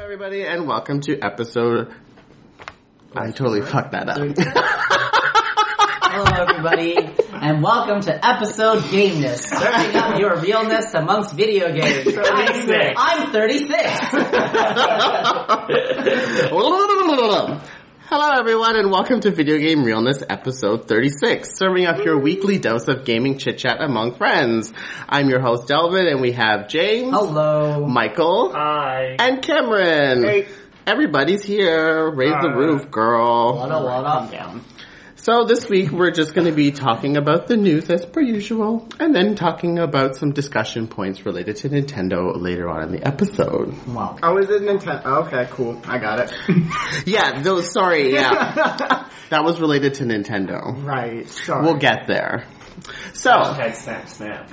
everybody, and welcome to episode. I totally fucked that up. Hello, everybody, and welcome to episode Gameness, serving up your realness amongst video games. 36. I'm 36. Hello, everyone, and welcome to Video Game Realness episode 36, serving up your weekly dose of gaming chit chat among friends. I'm your host, Delvin, and we have James, Oh. Hello. Michael, Hi. and Cameron. Hey. Everybody's here. Raise the Uh, roof, girl. What up, what up? down. So this week we're just going to be talking about the news as per usual, and then talking about some discussion points related to Nintendo later on in the episode. Wow. Oh, is it Nintendo? Okay, cool. I got it. Yeah, though. Sorry, yeah, that was related to Nintendo. right. Sorry. We'll get there. So Hashtag snap snap.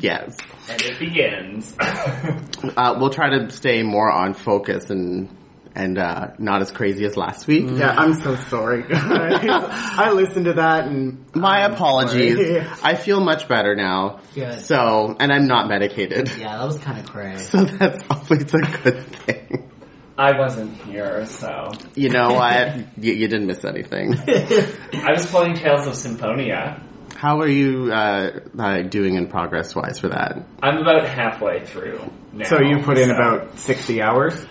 yes, And it begins. uh, we'll try to stay more on focus and and uh, not as crazy as last week. yeah, I'm so sorry, guys. I listened to that and My apologies. sorry. I feel much better now. Good. So, and I'm not medicated. Yeah, that was kind of crazy. So that's always a good thing. I wasn't here, so You know what? you, you didn't miss anything. I was playing Tales of Symphonia. How are you uh, uh, doing in progress wise for that? I'm about halfway through now. so you put in so- about 60 hours?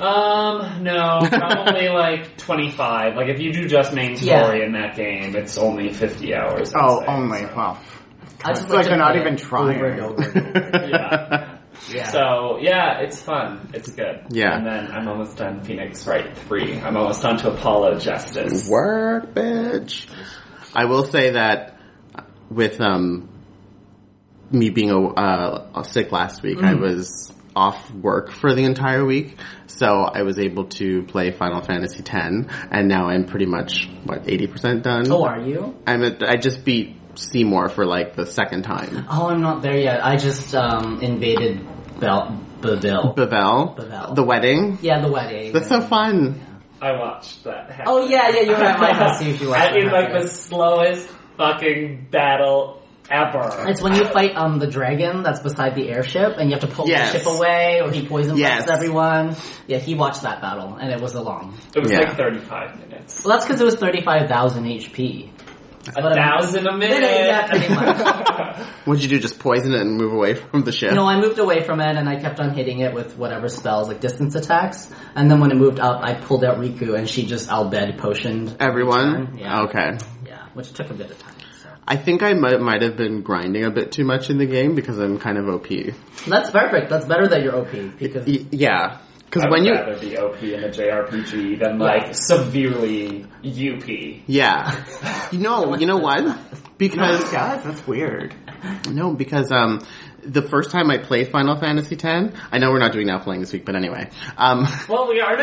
Um, no, probably like 25. Like if you do just main Yeah. story in that game, it's only 50 hours. I'd Oh, say, only. so. Wow. I It's like to they're not play even it trying. Over and over and over. Yeah. Yeah. So yeah, it's fun. It's good. Yeah. And then I'm almost done Phoenix Wright 3. I'm almost on to Apollo Justice. Work, bitch. I will say that with um, me being a, uh, sick last week, Mm. I was off work for the entire week, so I was able to play Final Fantasy X, and now I'm pretty much what eighty percent done. oh, are you? I'm at, I just beat Seymour for like the second time. Oh, I'm not there yet. I just um, invaded Bel- Beville. Bavel, Bavel. the wedding. Yeah, the wedding. That's so fun. I watched that. happen. Oh yeah, yeah, you're right. Michael, see if you watch I mean, that. like the slowest fucking battle ever. It's when you fight um the dragon that's beside the airship, and you have to pull Yes. the ship away, or he poison Yes. bugs everyone. Yeah, he watched that battle, and it was a long. It was Yeah. like 35 minutes. Well, that's because it was thirty five thousand HP. A But, um, thousand a minute. yeah, pretty much. What'd you do? Just poison it and move away from the ship? You know, I moved away from it, and I kept on hitting it with whatever spells, like distance attacks. And then when it moved up, I pulled out Riku, and she just albed potioned. Everyone? Yeah. Okay. Yeah, which took a bit of time. So. I think I might, might have been grinding a bit too much in the game because I'm kind of OP. Y- That's perfect. That's better that you're OP because yeah. Because I when would you. rather be OP in a JRPG than like severely UP. Yeah. You know, you know what? Because. guys, that's weird. No, because um, the first time I played Final Fantasy X, I know we're not doing now playing this week, but anyway. Um, Well, we are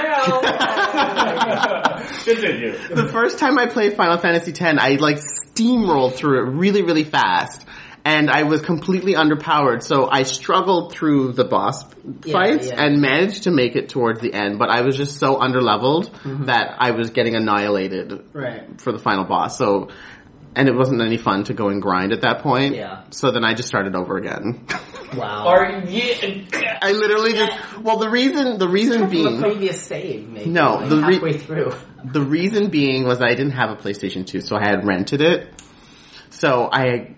now. Continue. the first time I played Final Fantasy X, I like steamrolled through it really, really fast. And I was completely underpowered, so I struggled through the boss Yeah, fights yeah. and managed to make it towards the end, but I was just so underleveled Mm-hmm. that I was getting annihilated right. for the final boss. So, and it wasn't any fun to go and grind at that point. Yeah. So then I just started over again. Wow. Are you? I literally just, well, the reason, the reason the being, previous save, maybe. No, like the re- halfway through. The reason being was I didn't have a PlayStation 2, so I had rented it. So I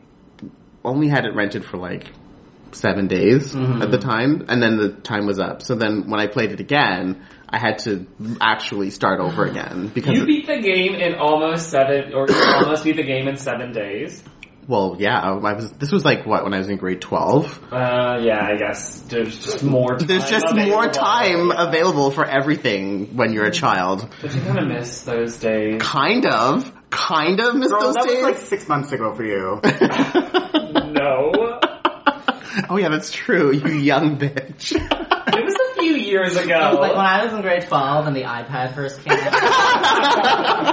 only had it rented for like seven days at Mm-hmm. the time, and then the time was up. So then when I played it again, I had to actually start over again because, You beat the game in almost seven, or you almost beat the game in seven days. well, yeah, I was. This was like what when I was in grade twelve. Uh, yeah, I guess there's just more. Time There's just more available. time available for everything when you're a child. But you kind of miss those days. Kind of, kind of miss Girl, those that was days. like six months ago for you. No. oh yeah, that's true. You young bitch. It was a few years It was like when ago. I was in grade 12 and the iPad first came out.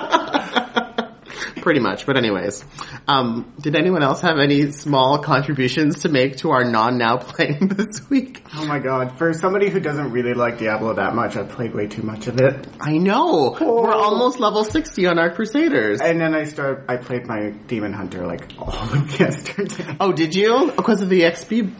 Pretty much, but anyways, um, did anyone else have any small contributions to make to our non-now playing this week? Oh my god. For somebody who doesn't really like Diablo that much, I played way too much of it. I know we're Oh. almost level sixty on our Crusaders. And then I started, I played my Demon Hunter like all of yesterday. oh, did you? Because of the XP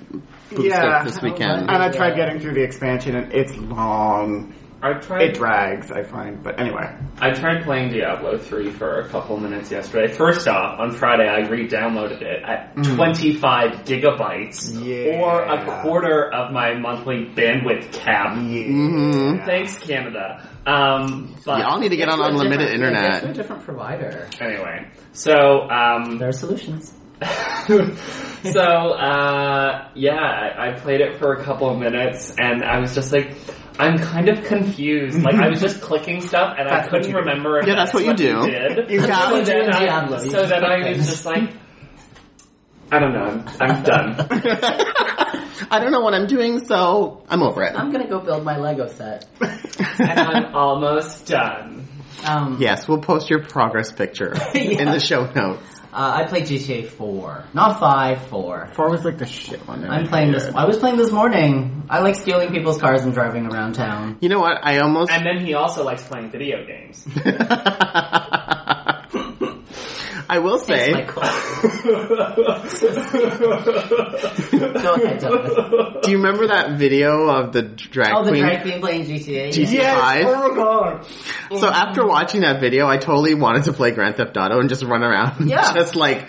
boost Yeah. up this weekend. And I tried getting through the expansion, and it's long. I tried. It drags, I find. But anyway, I tried playing Diablo 3 for a couple minutes yesterday. First off, on Friday I re-downloaded it at 25 gigabytes, Yeah. or a quarter of my monthly bandwidth cap. yeah. Mhm. Thanks, Canada. Um, but Y'all need to get on unlimited different- yeah, internet. get to a different provider. anyway, so um, There are solutions. so uh, yeah, I I played it for a couple of minutes, and I was just like. I'm kind of confused. Like I was just clicking stuff, and I That's what couldn't you do. remember. If Yeah, that's what you do. did. You so got what you do then in I, Diablo, you so just then click I was things. just like, I don't know. I'm, I'm done. I don't know what I'm doing, so I'm over it. I'm gonna go build my Lego set. and I'm almost done. Um, yes, we'll post your progress picture in the show notes. uh, I played GTA 4, not 5, 4. Four was like the shit one. I'm playing this. I was playing this morning. I like stealing people's cars and driving around town. You know what? I almost. And then he also likes playing video games. I will say. Thanks, Michael. Go ahead, Douglas. do you remember that video of the drag Oh, the queen? drag queen playing GTA. Jeez. Five. Oh my god. So after watching that video, I totally wanted to play Grand Theft Auto and just run around, Yeah. just like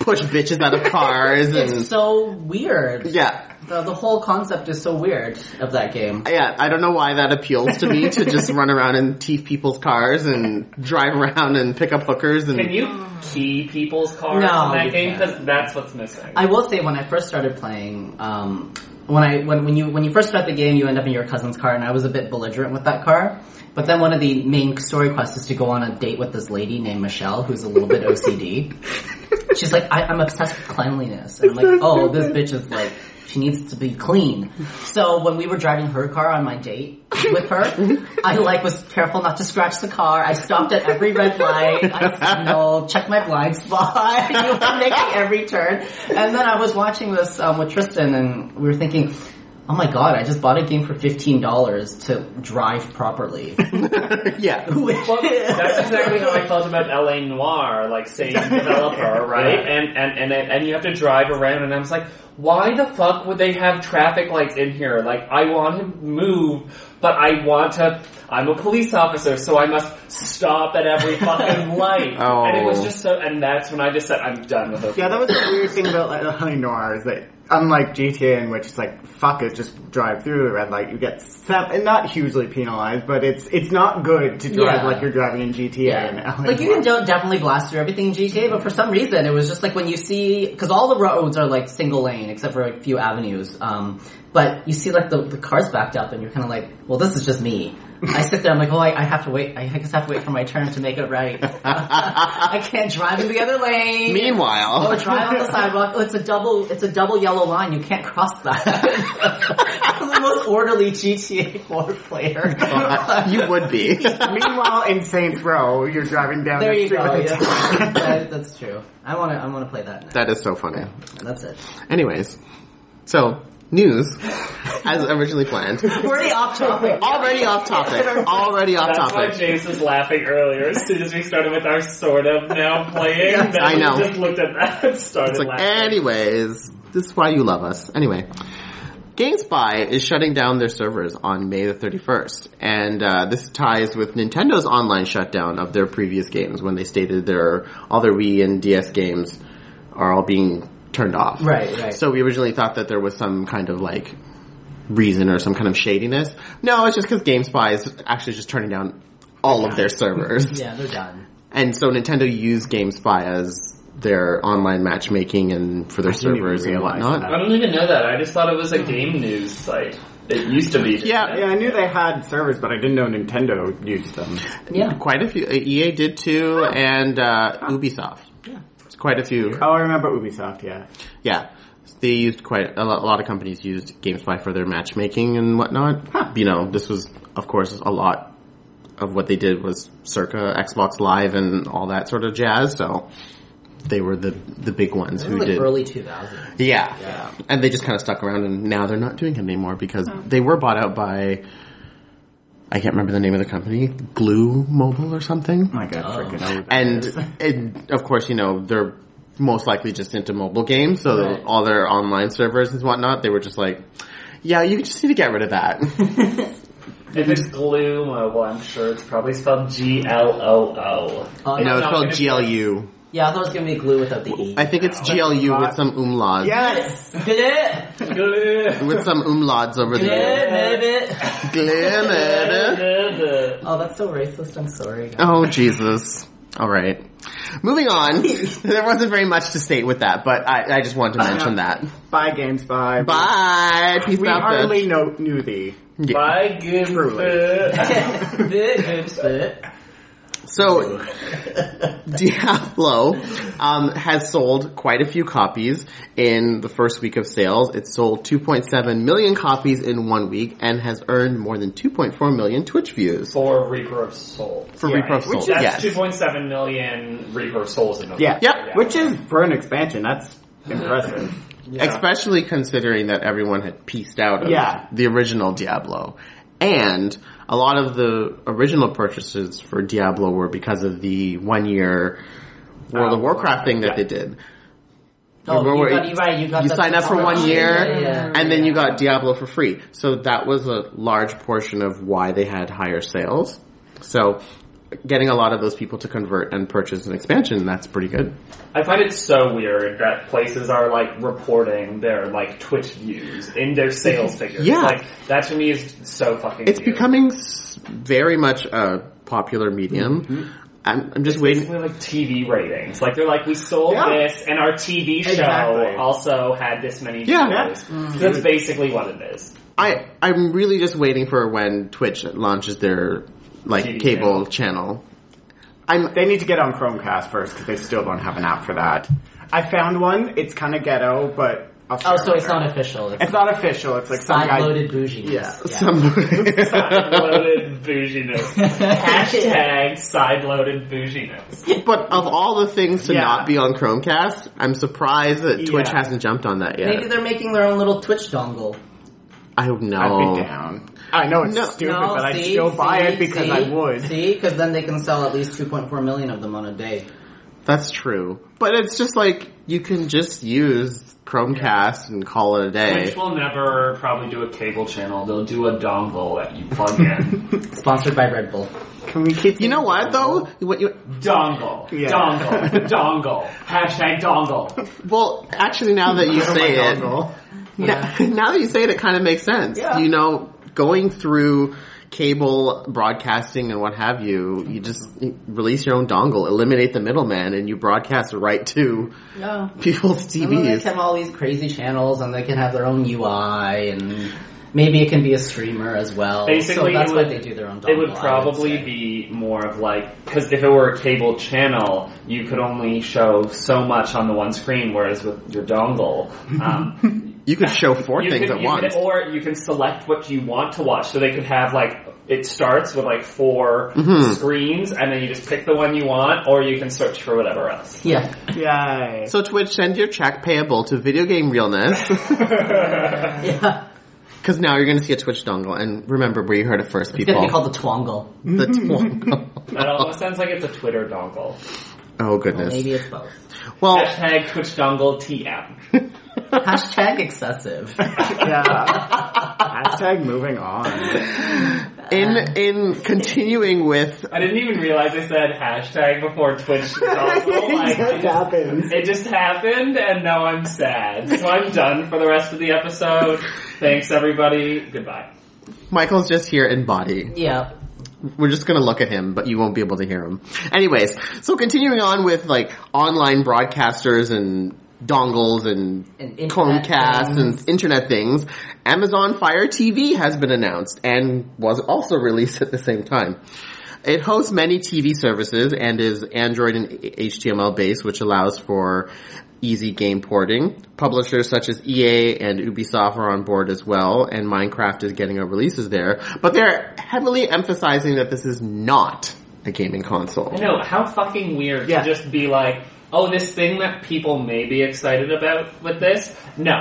push bitches out of cars and It's so weird. yeah, The, the whole concept is so weird of that game. yeah. I don't know why that appeals to me to just run around and teeth people's cars and drive around and pick up hookers and Can you key people's cars Oh. No, in you that game? can't. Because that's what's missing. I will say when I first started playing, um, when I when, when you when you first start the game, you end up in your cousin's car, and I was a bit belligerent with that car. But then one of the main story quests is to go on a date with this lady named Michelle, who's a little bit OCD. She's like, I, I'm obsessed with cleanliness, and I'm like, oh, this bitch is like. She needs to be clean. So when we were driving her car on my date with her, I like was careful not to scratch the car. I stopped at every red light. I signaled, checked my blind spot. you were making every turn. And then I was watching this um, with Tristan, and we were thinking, "Oh my god, I just bought a game for fifteen dollars to drive properly." yeah. Well, that's exactly how I felt about LA Noir, like same developer, right? And and and and you have to drive around, and I was like, why the fuck would they have traffic lights in here? Like, I want to move, but I want to. I'm a police officer, so I must stop at every fucking light. Oh. And it was just so. And that's when I just said, I'm done with it. Yeah, that was the weird thing about like Honey Noir is that unlike GTA, in which it's like fuck it, just drive through the red light, you get sem- and not hugely penalized, but it's it's not good to drive Yeah. like you're driving in GTA. Yeah. And Like you can do- definitely blast through everything in GTA, but for some reason it was just like when you see because all the roads are like single lane except for a few avenues. Um, but you see like the, the cars backed up, and you're kind of like, well, this is just me. I sit there, I'm like, oh, I, I have to wait. I just have to wait for my turn to make it right. I can't drive in the other lane. Oh, Meanwhile, drive on the sidewalk. Oh, it's a double. It's a double yellow line. You can't cross that. I'm the most orderly GTA 4 player. you would be. Meanwhile, in Saints Row, you're driving down There the you street go. with a Yeah. t- That- that's true. I want to. I want to play that. Next. That is so funny. That's it. Anyways, so news as originally planned. We're already off topic. Already off topic. Already off That's why topic. James was laughing earlier as soon as we started with our sort of now playing. then I we know. just looked at that and started It's like, laughing. anyways, this is why you love us. Anyway, GameSpy is shutting down their servers on May the 31st, and uh, this ties with Nintendo's online shutdown of their previous games when they stated their all their Wii and DS games are all being turned off. Right, right. So we originally thought that there was some kind of like reason or some kind of shadiness. No, it's just because GameSpy is actually just turning down all of their servers. yeah, they're done. And so Nintendo used GameSpy as their online matchmaking and for their didn't even servers and realize whatnot. I don't even know that. I just thought it was a game news site. It used to be. just Yeah, that. Yeah, I knew they had servers, but I didn't know Nintendo used them. Yeah. Quite a few. uh, EA did too, and uh, Ubisoft. Yeah, it's quite a few. Oh, I remember Ubisoft. Yeah, Yeah, they used quite a lot, a lot of companies used GameSpy for their matchmaking and whatnot. You know, this was of course a lot of what they did was circa Xbox Live and all that sort of jazz. So they were the the big ones This who is like did. early 2000s. Yeah. Yeah. And they just kind of stuck around and now they're not doing it anymore because they were bought out by, I can't remember the name of the company, Glue Mobile or something. Oh my god, Oh. freaking old. And, and of course, you know, they're most likely just into mobile games. So Right. all their online servers and whatnot, they were just like, yeah, you just need to get rid of that. If it's Gloomo, well, I'm sure it's probably spelled G L O O. Oh, No, no. it's called GLU. Yeah, I thought it was gonna be glue without the e. I think it's GLU with some umlauts. Yes! Did it? Did With some umlauts over there. it? Glimmer. Oh, that's so racist. I'm sorry. guys. Oh, Jesus. All right. Moving on. there wasn't very much to state with that, but I, I just wanted to mention that. Bye, Games, bye. Bye. Peace We out, hardly know, knew thee. bitch. Yeah. By good So, Diablo um, has sold quite a few copies in the first week of sales. It sold 2.7 million copies in one week and has earned more than 2.4 million Twitch views for Reaper of Souls. for Yeah, Reaper of which Souls. That's Yes. 2.7 million Reaper of Souls in a Yeah. Yep. Which is, for an expansion, that's impressive. Especially considering that everyone had pieced out of Yeah. the original Diablo. And a lot of the original purchases for Diablo were because of the one year World of Oh, Warcraft thing that yeah. they did. Oh, Remember you where- got you right. You got you that sign up for one subscription. year Yeah, yeah. and then you got Diablo for free. So that was a large portion of why they had higher sales. So getting a lot of those people to convert and purchase an expansion, that's pretty good. I find it so weird that places are like reporting their like Twitch views in their sales figures. Yeah. Like that to me is so fucking It's weird. becoming s- very much a popular medium. I'm, I'm just waiting. Basically, like TV ratings. Like they're like, we sold Yeah. this, and our TV show Exactly. Mm-hmm. also had this many Yeah. viewers. That's basically what it is. I I'm really just waiting for when Twitch launches their like TV cable channel. I'm They need to get on Chromecast first because they still don't have an app for that. I found one. It's kind of ghetto, but I'll share Oh, so it it's later. not official. It's It's not official. It's like some side guy. loaded bougie. Yeah. some. Loaded bouginess. Hashtag side-loaded bouginess. but of all the things to Yeah. not be on Chromecast, I'm surprised that Twitch Yeah. hasn't jumped on that yet. Maybe they're making their own little Twitch dongle. I don't know. I'd be down. I know it's No. stupid, no, but see, I'd still buy see, it because see, I would. See, because then they can sell at least 2.4 million of them on a day. That's true. But it's just like you can just use Chromecast and call it a Which day. will never probably do a cable channel. They'll do a dongle that you plug in. Sponsored by Red Bull. Can we keep? You know what though? What you dongle. Yeah. Dongle. dongle. Hashtag dongle. well, actually now that you say my it, dongle. Now, now that you say it, it kind of makes sense. Yeah. You know, going through cable broadcasting and what have you, you just release your own dongle, eliminate the middleman, and you broadcast right to No. people's And then they TVs. can have all these crazy channels, and they can have their own UI, and maybe it can be a streamer as well. Basically, so that's it would- why they do their own. Dongle, It would I probably say. be more of like because if it were a cable channel, you could only show so much on the one screen, whereas with your dongle, um, You could show four you things could- at you could- once. or you can select what you want to watch. So they could have like it starts with like 4 Mm-hmm. screens, and then you just pick the one you want, or you can search for whatever else. Yeah. Yay! so Twitch, send your check payable to Video Game Realness, Yeah. because now you're going to see a Twitch dongle. And remember where you heard it first, It's people. gonna be called the Twongle. the twongle. That almost sounds like it's a Twitter dongle. Oh goodness. Maybe it's both. Well, Hashtag Twitch dongle TM. Hashtag excessive. yeah. Hashtag moving on. in in continuing with I didn't even realize I said hashtag before Twitch dongle. Like, I just- happens. It just happened, and now I'm sad. So I'm done for the rest of the episode. Thanks, everybody. Goodbye. Michael's just here in body. yeah. We're just gonna look at him, but you won't be able to hear him. Anyways, so continuing on with like online broadcasters and dongles and, And internet Chromecast things. and internet things, Amazon Fire TV has been announced and was also released at the same time. It hosts many TV services and is Android and HTML based, which allows for easy game porting. Publishers such as EA and Ubisoft are on board as well, and Minecraft is getting a releases there. But they're heavily emphasizing that this is not a gaming console. I know, how fucking weird Yeah. to just be like, oh, this thing that people may be excited about with this? No.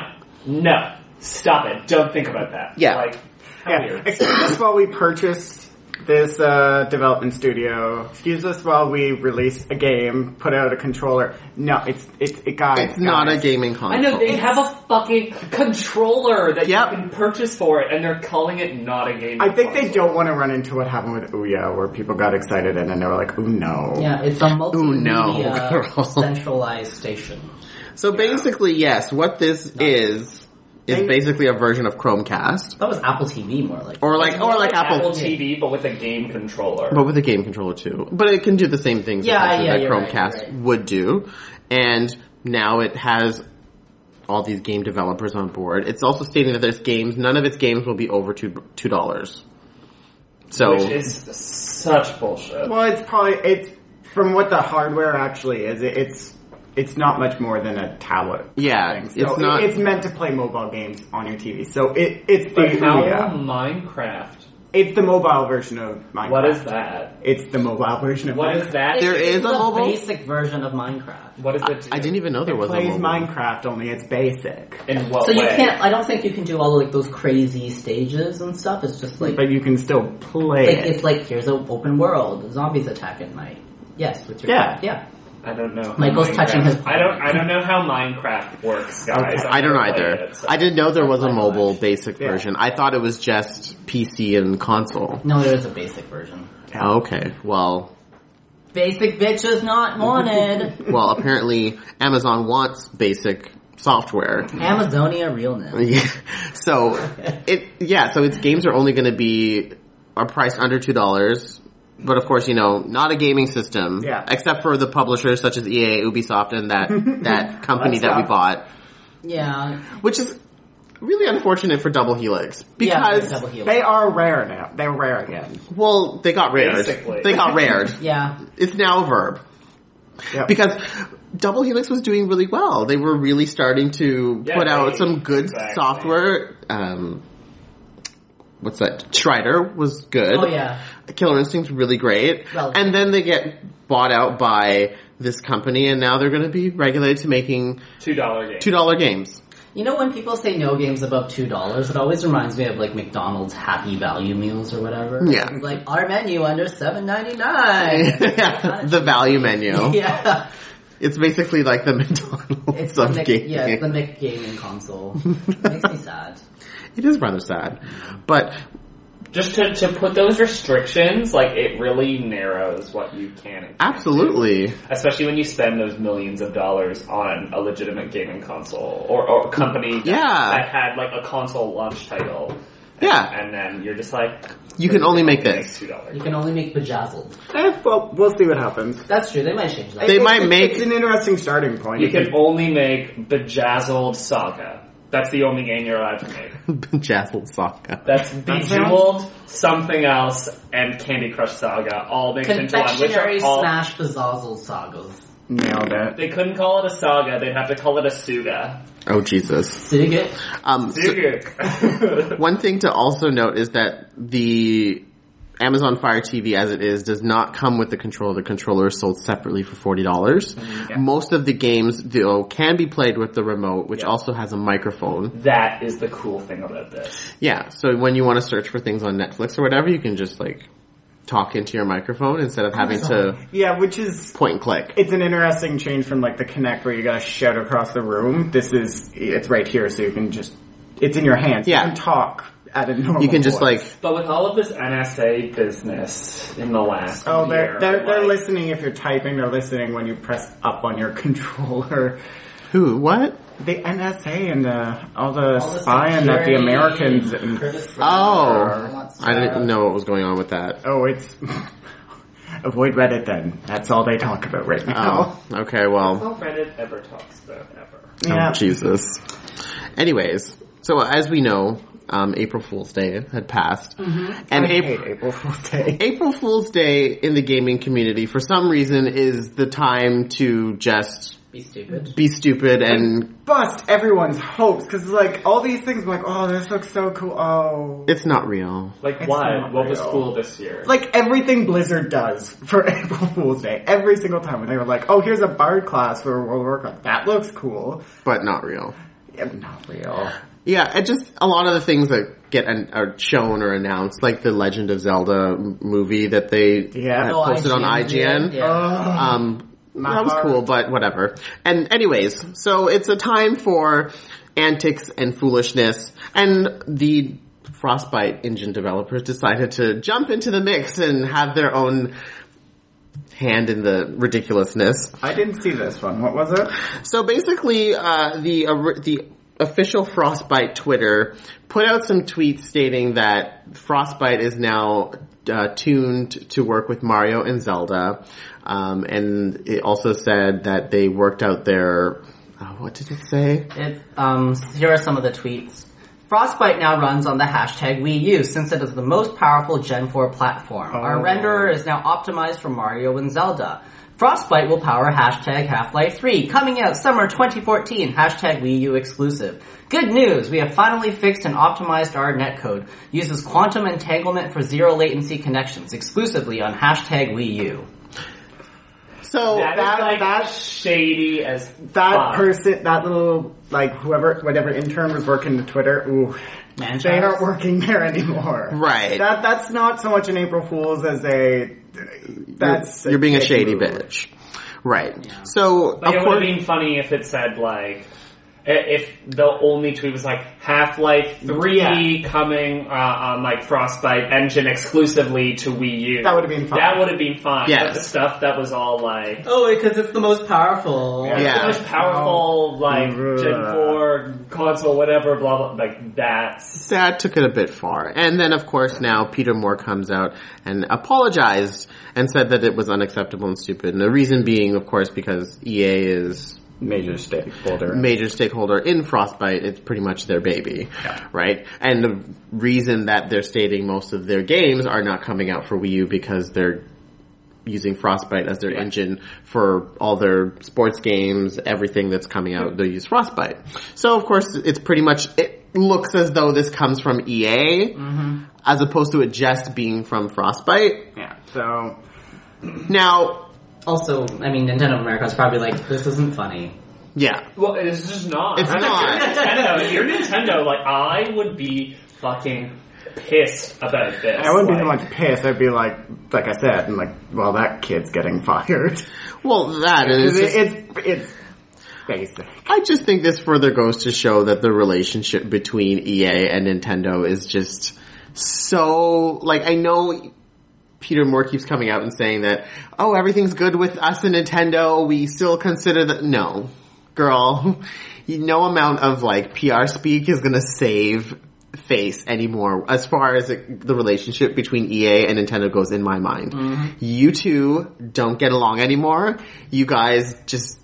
No. Stop it. Don't think about that. Yeah. Like, how Yeah. weird. Explain this while we purchased this uh, development studio, excuse us while we release a game, put out a controller. No, it's it's it guys. It's not a guys. gaming I console. know they have a fucking controller that Yep. you can purchase for it, and they're calling it not a game. I think they don't want to run into what happened with Ouya, where people got excited and then they were like, "Oh no!" Yeah, it's a multimedia girl. centralized station. So basically, yes, what this is is They- basically a version of Chromecast That was Apple TV more like. or like or like Apple, TV, but with a game controller. but with a game controller too. But it can do the same things Yeah, essentially yeah, that you're right, Chromecast you're right. would do, and now it has all these game developers on board. It's also stating that there's games. None of its games will be over two two dollars. So which is such bullshit. Well, it's probably it's from what the hardware actually is. It, it's it's not much more than a tablet. yeah, thing. So it's it- not. It's meant to play mobile games on your TV. So it it's the Like how Ouya. Minecraft? It's the mobile version of Minecraft. What is that? It's the mobile version of What Minecraft. is that? There It's is a the mobile- basic version of Minecraft. What is it? I didn't even know there It was plays a mobile. Minecraft only it's basic, In what So you way? can't. I don't think you can do all like those crazy stages and stuff. It's just like, but you can still play like it. it's like here's an open world. Zombies attack at night. Yes, with your Yeah. yeah. I don't know. how Michael's touching Minecraft- his- I don't. I don't know how Minecraft works, guys. I don't know I've never either. played it, so- I didn't know there was a Like mobile basic Yeah. version. I thought it was just PC and console. No, there is a basic version. Okay, well, Basic bitch is not wanted. well, apparently Amazon wants basic software. Amazonia realness. Yeah. so it yeah, so its games are only going to be are priced under two dollars. But of course, you know, not a gaming system, Yeah. except for the publishers such as EA, Ubisoft, and that that company that we Ubisoft. bought, Yeah, which is really unfortunate for Double Helix yeah, because it's double heel. They are rare now. They're rare again. well, they got rared. Basically. They got rared. yeah, It's now a verb. Yep. Because Double Helix was doing really well. They were really starting to Yeah, put out they- some good exactly. software. Um, what's that? Strider was good. oh yeah. Killer Instinct's really great. Well- and then they get bought out by this company, and now they're going to be regulated to making Two dollar game. $2 games. You know when people say no games above two dollars, it always reminds me of like McDonald's Happy Value meals or whatever. Yeah. It's like our menu under seven ninety nine. the value menu. Yeah, It's basically like the McDonald's it's of the Mc, gaming. yeah, it's the Mc gaming console. Makes me sad. it is rather sad. But Just to, to put those restrictions, like it really narrows what you can. and can't absolutely. do, Especially when you spend those millions of dollars on a legitimate gaming console or, or company that, Yeah. that had like a console launch title. And, Yeah. And then you're just like, You can only make make this. two dollars. You can only make bejazzled. Eh, well, we'll see what happens. That's true. They might change that. They It's- might it's- make- It's an interesting starting point. You can only make Bejazzled Saga. That's the only game you're allowed to make. Bejazzled Saga. That's sounds- Bejeweled, Something Else, and Candy Crush Saga, all mixed into one, which are Confectionery all smash bezazzled sagas. Nailed it. They couldn't call it a saga, they'd have to call it a suga. Oh Jesus! Dig it. Um, so Suga. one thing to also note is that the Amazon Fire TV, as it is, does not come with the controller. The controller is sold separately for forty dollars. Most of the games, though, can be played with the remote, which also has a microphone. that is the cool thing about this. Yeah, so when you want to search for things on Netflix or whatever, you can just like talk into your microphone instead of having to Yeah, which is point and click. it's an interesting change from like the Connect where you gotta shout across the room. This is it's right here, so you can just it's in your hands. Yeah. you can talk at a normal. You can just voice. like But with all of this NSA business in the last oh, year, they're they're, they're like, listening if you're typing. They're listening when you press up on your controller. who what? The NSA and the all the All the spying that the security, Americans. Curtis Fry, Oh, what's I that? didn't know what was going on with that. oh, it's avoid Reddit then. That's all they talk about right now. Oh, okay, well. all Reddit ever talks about ever. Oh, Jesus. Anyways, so as we know, um, April Fool's Day had passed, and Mm-hmm. I April. hate April Fool's Day. April Fool's Day in the gaming community, for some reason, is the time to just Be stupid. be stupid and Bust everyone's hopes because like all these things. I'm like, oh, this looks so cool. Oh, it's not real. Like It's what? not What was real. cool this year? like everything Blizzard does for April Fool's Day, every single time when they were like, "Oh, here's a bard class for World of Warcraft. That looks cool." But not real. Yeah, not real. Yeah, and just a lot of the things that get an, are shown or announced, like the Legend of Zelda m- movie that they Yeah. had Oh, posted on IGN, IGN. yeah. Um, My that was heart. cool, but whatever. And anyways, so it's a time for antics and foolishness, and the Frostbite engine developers decided to jump into the mix and have their own hand in the ridiculousness. I didn't see this one. What was it? So basically, uh, the uh, the official Frostbite Twitter put out some tweets stating that Frostbite is now uh, tuned to work with Mario and Zelda, um, and it also said that they worked out their uh, what did it say? It, um, here are some of the tweets. Frostbite now runs on the hashtag Wii U since it is the most powerful Gen 4 platform. Our Oh. renderer is now optimized for Mario and Zelda. Frostbite will power hashtag Half-Life 3, coming out summer 2014, hashtag Wii U exclusive. Good news, we have finally fixed and optimized our netcode. Uses quantum entanglement for zero latency connections, exclusively on hashtag Wii U. So That is, that- like that- shady as That fuck. person, that little, like, whoever, whatever intern was working the Twitter, ooh, Man they child. aren't working there anymore. Right. That That's not so much an April Fool's as a, that's... you're, you're being a shady move. bitch, right? So of Like, it would have course. been funny if it said like i- if the only tweet was like Half Life Three Yeah. coming uh, on like Frostbite engine exclusively to Wii U. That would've been fine. That would have been fun. Yes. But the stuff that was all like Oh, because it's the most powerful. Yeah. the most powerful like Ugh. Gen Four console whatever blah blah like that's that took it a bit far. And then, of course, now Peter Moore comes out and apologized and said that it was unacceptable and stupid. And the reason being, of course, because EA is Major stakeholder. major stakeholder in Frostbite. It's pretty much their baby, right? And the reason that they're stating most of their games are not coming out for Wii U because they're using Frostbite as their engine for all their sports games, everything that's coming out, they use Frostbite. So of course, it's pretty much, it looks as though this comes from EA, as opposed to it just being from Frostbite. yeah, so... Now, Also, I mean, Nintendo of America is probably like, this isn't funny. yeah. well it's just not. It's I mean, not. If you're Nintendo, if you're Nintendo. Like I would be fucking pissed about this. I wouldn't be Like, so much pissed, I'd be like, like I said, I'm like, well, that kid's getting fired. Well, that is. It's, it's, it's basic. I just think this further goes to show that the relationship between EA and Nintendo is just so like I know Peter Moore keeps coming out and saying that oh everything's good with us and Nintendo we still consider that no girl you- no amount of like PR speak is going to save face anymore as far as it, the relationship between EA and Nintendo goes in my mind you two don't get along anymore you guys just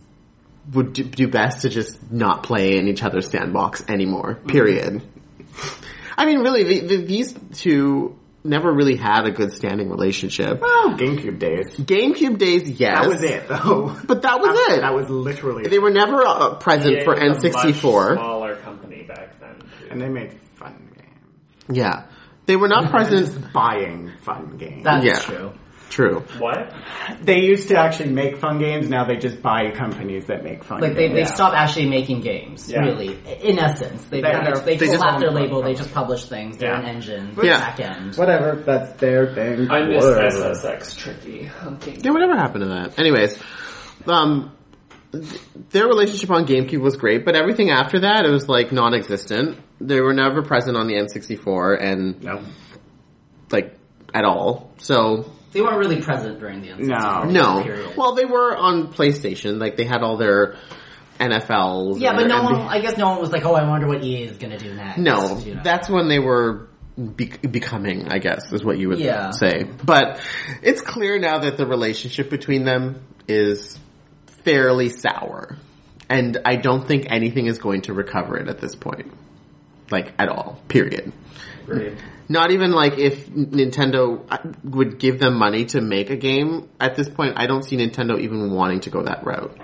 would do, do best to just not play in each other's sandbox anymore. Mm-hmm. Period. I mean, really, the, the, these two never really had a good standing relationship. Oh, GameCube days. GameCube days, yes, That was it, though. but that was it. That was literally they were never uh, present EA for was a much N64. smaller company back then. too. And they made fun games. Yeah, they were not present. Buying fun games. That's Yeah. true. True. What? they used to actually make fun games, now they just buy companies that make fun Like they, games. they stopped actually making games, Yeah. really. In essence, they They- they, they're- they, they just- slapped their label. They just published things. They're Yeah. an engine, Yeah. back end. Whatever, that's their thing. I miss Whatever. SSX Tricky. Ah. Okay. Yeah, whatever happened to that? Anyways, um, th- their relationship on GameCube was great, but everything after that it was like non-existent. They were never present on the N64, and No. like at all. So They weren't really present during the end. No. no. Period. Well, they were on PlayStation. Like they had all their NFLs. Yeah, and but their no one. NBA I guess no one was like, "Oh, I wonder what EA is gonna do next." No, you know? that's when they were be- becoming. I guess is what you would Yeah. say. But it's clear now that the relationship between them is fairly sour, and I don't think anything is going to recover it at this point. Like at all. Period. Not even like if Nintendo uh, would give them money to make a game. At this point, I don't see Nintendo even wanting to go that route.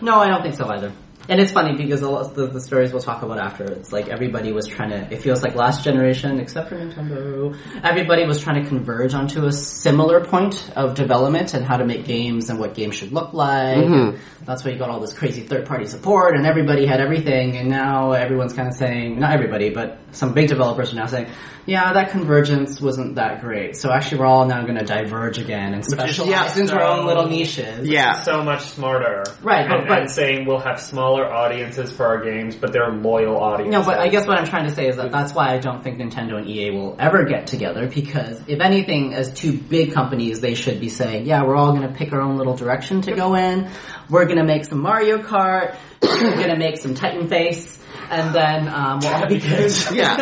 no, I don't think so either. And it's funny because a lot of the, the stories we'll talk about after, it's like everybody was trying to, it feels like last generation, except for Nintendo, everybody was trying to converge onto a similar point of development and how to make games and what games should look like. That's why you got all this crazy third party support and everybody had everything and now everyone's kind of saying, not everybody, but some big developers are now saying, yeah, that convergence wasn't that great. So actually we're all now going to diverge again and specialize into our own little niches. Yeah. so much smarter. Right, And, but- and saying we'll have smaller audiences for our games, but they're loyal audiences. No, but I guess what I'm trying to say is that that's why I don't think Nintendo and EA will ever get together because if anything, as two big companies, they should be saying, yeah, we're all gonna pick our own little direction to go in. We're gonna make some Mario Kart. we're gonna make some Titan Face. And then, um, we'll all be good. Yeah.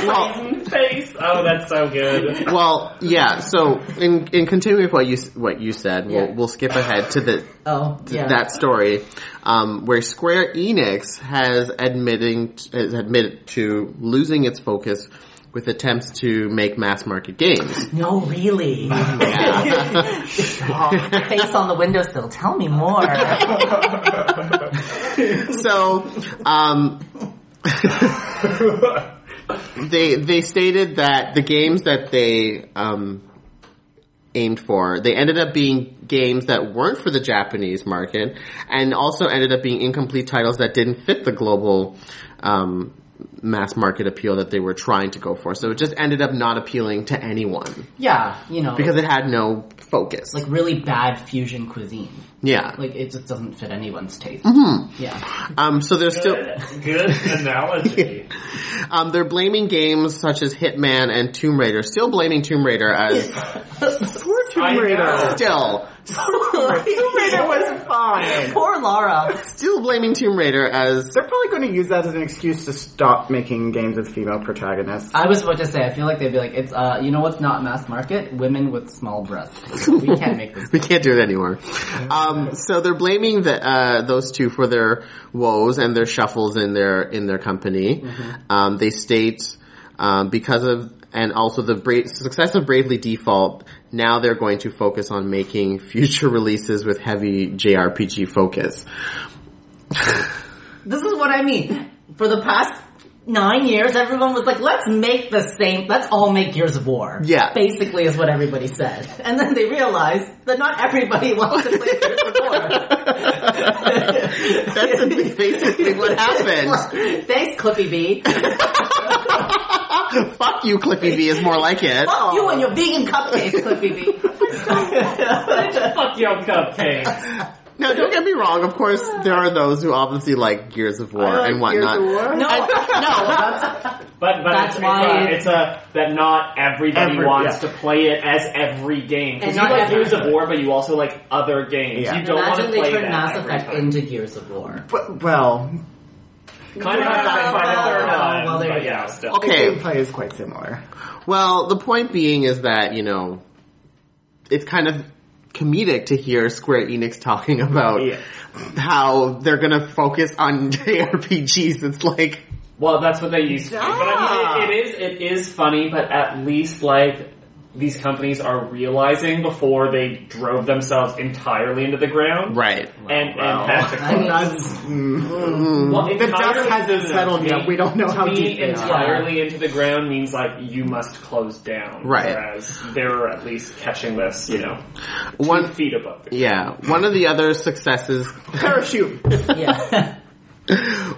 well, face. Oh, that's so good. Well, yeah. So, in in continuing with what you s- what you said, Yeah. we'll we'll skip ahead to the Oh, to yeah. that story um, where Square Enix has admitting has admitted to losing its focus with attempts to make mass market games. no, really. Face on the windowsill. Tell me more. so um, they they stated that the games that they um, aimed for they ended up being games that weren't for the Japanese market and also ended up being incomplete titles that didn't fit the global um, mass market appeal that they were trying to go for. So it just ended up not appealing to anyone yeah, you know, because it had no focus. like really bad fusion cuisine. yeah. Like it just doesn't fit anyone's taste. Yeah. Um, so there's still Good, good analogy. Um, they're blaming games such as Hitman and Tomb Raider. Still blaming Tomb Raider as Poor I Tomb Raider. know. still Tomb Raider was fine. Poor Laura. still blaming Tomb Raider as They're probably going to use that as an excuse to stop making games with female protagonists. I was about to say, I feel like they'd be like, it's, uh, you know what's not mass market? Women with small breasts. We can't make this. we can't do it anymore. Um, so they're blaming the, uh, those two for their woes and their shuffles in their in their company. Mm-hmm. Um, they state um, because of and also the bra- success of Bravely Default. Now they're going to focus on making future releases with heavy JRPG focus. This is what I mean. For the past nine years, everyone was like, let's make the same, let's all make Gears of War. Yeah. Basically is what everybody said. And then they realized that not everybody wants to play Gears of War. That's basically what happened. Thanks, Clippy B. Fuck you, Clippy B is more like it. Fuck you Oh. and your vegan cupcakes, Clippy B. Fuck your cupcakes. Now, don't get me wrong. Of course, there are those who obviously like Gears of War I like and whatnot. Gears of War. No, Oh, no, that's, But but That's it's, it's why- a, it's a that not everybody Every- wants yeah. to play it as every game. And Because you not like every- Gears of War, but you also like other games. Yeah. You don't want to Imagine they play turn that Mass every Effect time. into Gears of War. W- well, Yeah, Kind of like that by the third well, one, well, there but you yeah, go. still. the Okay. gameplay is quite similar. Well, the point being is that you know, it's kind of comedic to hear Square Enix talking about Yeah. how they're gonna focus on JRPGs. It's like, Well, that's what they used to. do. But I mean, it, it is it is funny, but at least like these companies are realizing before they drove themselves entirely into the ground. right? And, Wow. and had to I mean, That's Well, the entirely- dust hasn't no, no, settled no. yet. To Mm. We don't know be- how to deep be they are. entirely into the ground means like you must close down. Right. Whereas they're at least catching this, you know, two One, feet above. The yeah. One of the other successes Parachute. Yeah.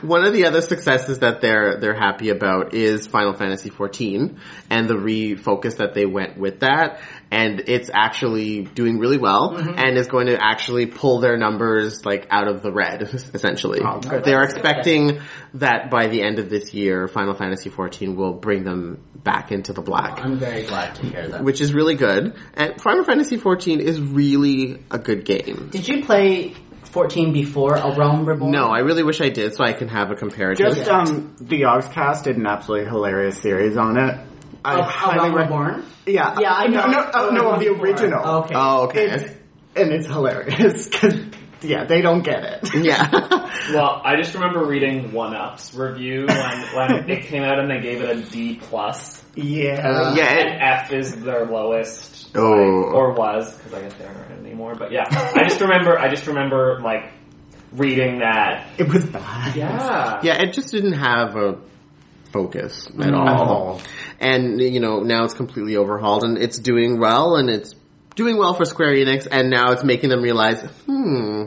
One of the other successes that they're they're happy about is Final Fantasy XIV and the refocus that they went with that, and it's actually doing really well Mm-hmm. and is going to actually pull their numbers like out of the red essentially. Oh, good. they're expecting that by the end of this year, Final Fantasy XIV will bring them back into the black. I'm very glad to hear that. Which is really good. And Final Fantasy XIV is really a good game. Did you play 14 before A Realm Reborn? No, I really wish I did so I can have a comparative. Just um, the Ogscast did an absolutely hilarious series on it. I A, a highly Realm recommend. Reborn? Oh, Yeah, Yeah, I no, know. no, oh, no, of the Before. original. Okay. Oh, okay. It's, and it's hilarious because yeah, they don't get it. Yeah. Well, I just remember reading One Up's review when, when it came out and they gave it a D plus. Yeah, yeah. And it- F is their lowest. like, Oh. uh, or was because I guess they aren't around anymore. But yeah, I just remember. I just remember like reading that. It was bad. Yeah. Yeah, it just didn't have a focus at At all. all. And you know, now it's completely overhauled and it's doing well and it's doing well for Square Enix and now it's making them realize, hmm,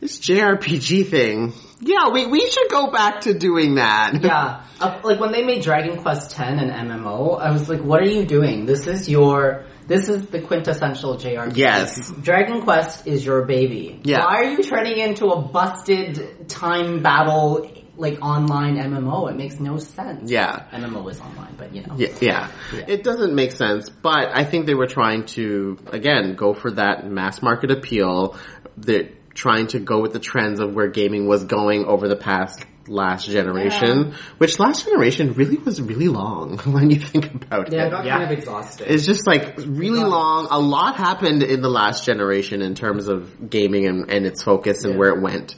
this JRPG thing. Yeah, we we should go back to doing that. Yeah, uh, like when they made Dragon Quest X an MMO, I was like, "What are you doing? This is your this is the quintessential JRPG. Yes. Dragon Quest is your baby. Yeah. why are you turning into a busted time battle like online MMO? It makes no sense. Yeah. MMO is online, but you know, Yeah, yeah. It doesn't make sense, but I think they were trying to, again, go for that mass market appeal. They're trying to go with the trends of where gaming was going over the past last generation, which last generation really was really long when you think about yeah, I it. got Yeah. kind of exhausted. It's just like really long. A lot happened in the last generation in terms of gaming and, and its focus and where it went.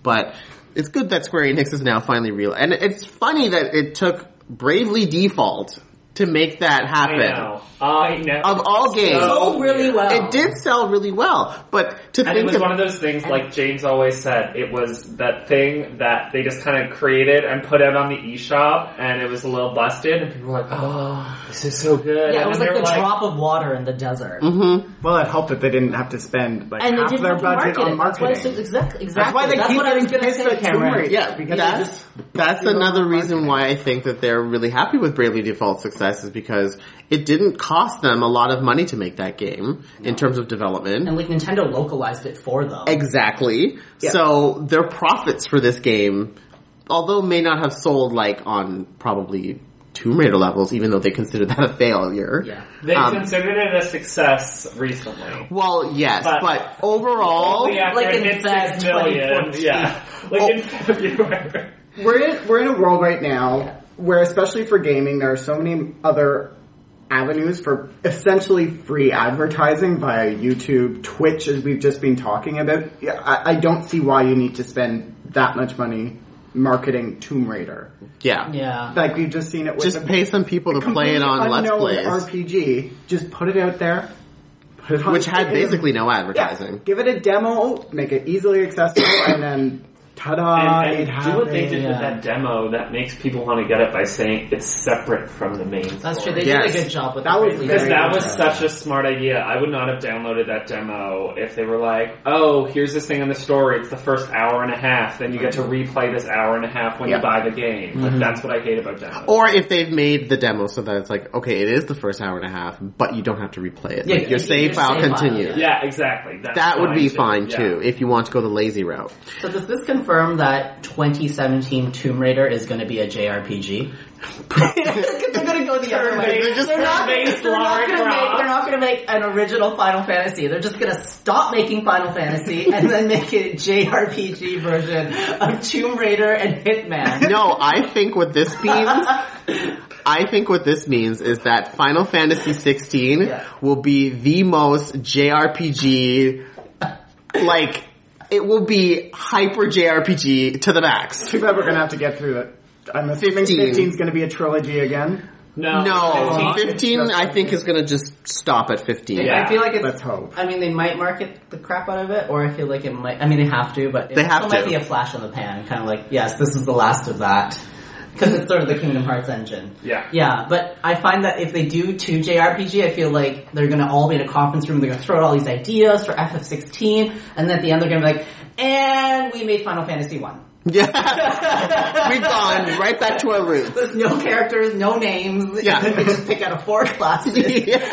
But it's good that Square Enix is now finally real. And it's funny that it took Bravely Default to make that I happen. know. I know. Of all games. Oh, Sold really well. It did sell really well, but to And it think was of one of those things, like James always said, it was that thing that they just kind of created and put out on the eShop, and it was a little busted, and people were like, oh, this is so good. Yeah, and it was then like the they were like, drop of water in the desert, Well, it helped that they didn't have to spend like and they Mm-hmm. half didn't their have to budget market on it. That's why marketing. it's so- exactly, exactly. That's why they keep what I was getting gonna pissed say, at Tomb Cameron. Raider. yeah, because they that's just- that's they don't another market reason it. why I think that they're really happy with Bravely Default's success is because it didn't cost them a lot of money to make that game in terms of development. And like Nintendo localized it for them. Exactly. So their profits for this game, although may not have sold like on probably Tomb Raider levels, even though they consider that a failure. yeah. They Um, considered it a success recently. Well, yes, But- but, overall, Only after like it in hit Feb six million. 2014. Yeah. Like in February. we're in, we're in a world right now where, especially for gaming, there are so many other avenues for essentially free advertising via YouTube, Twitch, as we've just been talking about. Yeah, I, I don't see why you need to spend that much money marketing Tomb Raider. yeah. Yeah. Like we've just seen it with Just the pay some people to play it on Let's unknown Plays, RPG. Just put it out there. Put it on which had it- basically no yeah, advertising. Give it a demo, make it easily accessible, and then ta-da! and Uh, it and do what they did yeah. with that demo that makes people want to get it by saying it's separate from the main That's true. story. They Yes. did a good job with That the was Bravely Because Very that Default. was such a smart idea. I would not have downloaded that demo if they were like, oh, here's this thing in the story. It's the first hour and a half. Then you get to replay this hour and a half when Yeah. you buy the game. Like, that's what I hate about demos. Or if they've made the demo so that it's like, okay, it is the first hour and a half, but you don't have to replay it. Yeah, like your you- save your file save file, continues. yeah. yeah, exactly. That's That would be fine Yeah. too, if you want to go the lazy route. So does this confirm that 2017 Tomb Raider is going to be a JRPG? 'Cause they're going to go the other way. They're just not, turn-based they're not Lara going to make. Croft. They're not going to make an original Final Fantasy. They're just going to stop making Final Fantasy and then make a JRPG version of Tomb Raider and Hitman. No, I think what this means, I think what this means is that Final Fantasy 16 Yeah. will be the most JRPG, like, it will be hyper JRPG to the max. Too bad we're gonna have to get through it. I'm assuming 15. 15's gonna be a trilogy again. No. No, 15. 15 I think is gonna just stop at 15. Yeah. I feel like it's Let's hope. I mean, they might market the crap out of it, or I feel like it might. I mean, they have to, but it They have still to. might be a flash in the pan, kind of like, yes, this is the last of that, because it's sort of the Kingdom Hearts engine. Yeah. yeah. But I find that if they do two JRPG, I feel like they're going to all be in a conference room. They're going to throw out all these ideas for FF16, and then at the end they're going to be like, and we made Final Fantasy One. Yeah. We've gone right back to our roots. There's no characters, no names. Yeah. they just pick out a four classes. Yeah.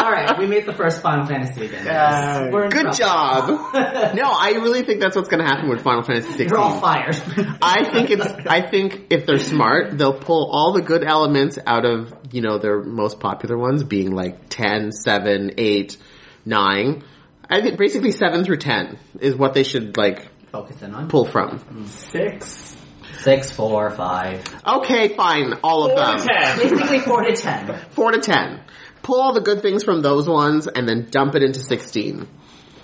all right, we made the first Final Fantasy again. guys. Yay. We're in Good trouble. job. No, I really think that's what's gonna happen with Final Fantasy 16. You're all fired. I think it's. I think if they're smart, they'll pull all the good elements out of you know their most popular ones, being like 10, 7, 8, 9. I think basically seven through ten is what they should like Focus in on pull from. Six. six, four, five. Okay, fine, all of Four them. to ten. Basically four to ten. Four to ten. Pull all the good things from those ones and then dump it into sixteen.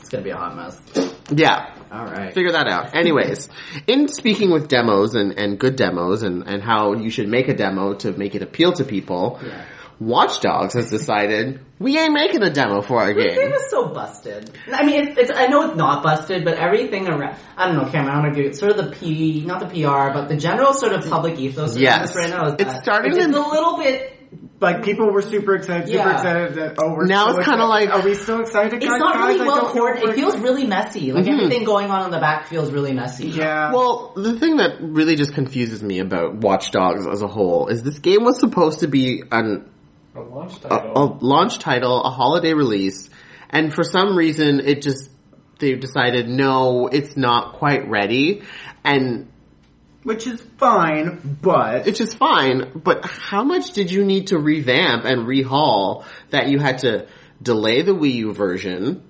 It's gonna be a hot mess. Yeah. All right. figure that out. Anyways, in speaking with demos and, and good demos and, and how you should make a demo to make it appeal to people, Yeah. Watch Dogs has decided we ain't making a demo for our It game. was so busted. I mean, it's, it's I know it's not busted, but everything around. I don't know, Cameron. I don't know if you it's sort of the P, not the PR, but the general sort of public ethos. around Yes. this right now is It's that starting It's to- a little bit. Like people were super excited, super Yeah. excited that oh we're Now still it's kinda excited. like- are we still excited? It's guys? not Guys, really I well don't know coordinated. if It feels really messy. Like Mhm. everything going on in the back feels really messy. we're- yeah. Well, the thing that really just confuses me about Watch Dogs as a whole is this game was supposed to be an A launch a, title. a launch title, a holiday release, and for some reason it just they've decided no, it's not quite ready, and which is fine, but which is fine. But how much did you need to revamp and rehaul that you had to delay the Wii U version?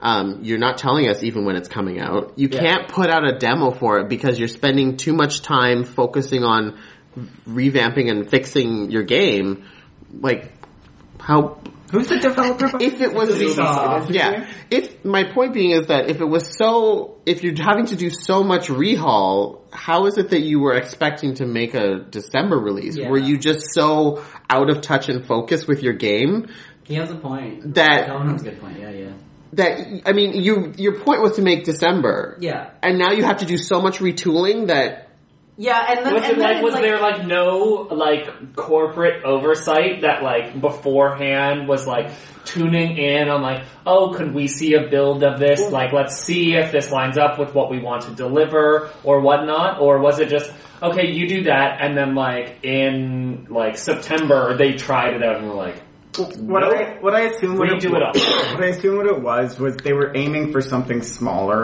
Um, you're not telling us even when it's coming out. You can't put out a demo for it because you're spending too much time focusing on revamping and fixing your game. Like, how who's the developer? by- if it was Ubisoft. yeah. If my point being is that if it was so, if you're having to do so much rehaul, how is it that you were expecting to make a December release? Yeah. Were you just so out of touch and focus with your game He has a point. that That one has a good point. Yeah, yeah, that I mean, you your point was to make December, yeah, and now you have to do so much retooling that yeah. And then, Was and it then like it's was like, there like no like corporate oversight that like beforehand was like tuning in on like oh could we see a build of this like let's see if this lines up with what we want to deliver or whatnot or was it just okay you do that and then like in like September they tried it out and were like What I what I assume what Redo it up. What I assume what it was was they were aiming for something smaller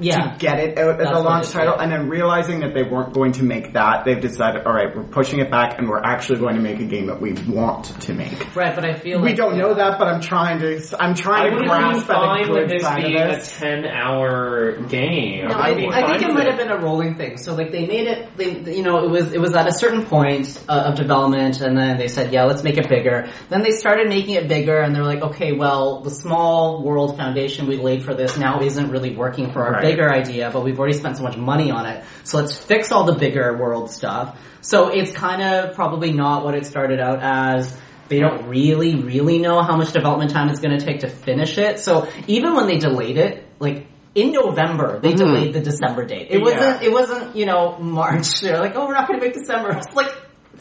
yeah. to get it out as That's a what launch it- title, yeah. and then realizing that they weren't going to make that, they've decided, all right, we're pushing it back, and we're actually going to make a game that we want to make. Right, but I feel We like- don't know yeah. that, but I'm trying to. I'm I trying to would be grasp at fine the with good this side being of a this. ten hour game No, I, I'd be I fine think it with might have been a rolling thing. So like they made it, they you know it was it was at a certain point uh, of development, and then they said, yeah, let's make it bigger. Then they started making it bigger, and they're like, okay, well, the small world foundation we laid for this now isn't really working for our Right. bigger idea, but we've already spent so much money on it, so let's fix all the bigger world stuff. So it's kind of probably not what it started out as they don't really, really know how much development time it's going to take to finish it. So even when they delayed it, like in November, they delayed the December date. It wasn't. It wasn't. You know, March. They're like, oh, we're not going to make December. It's like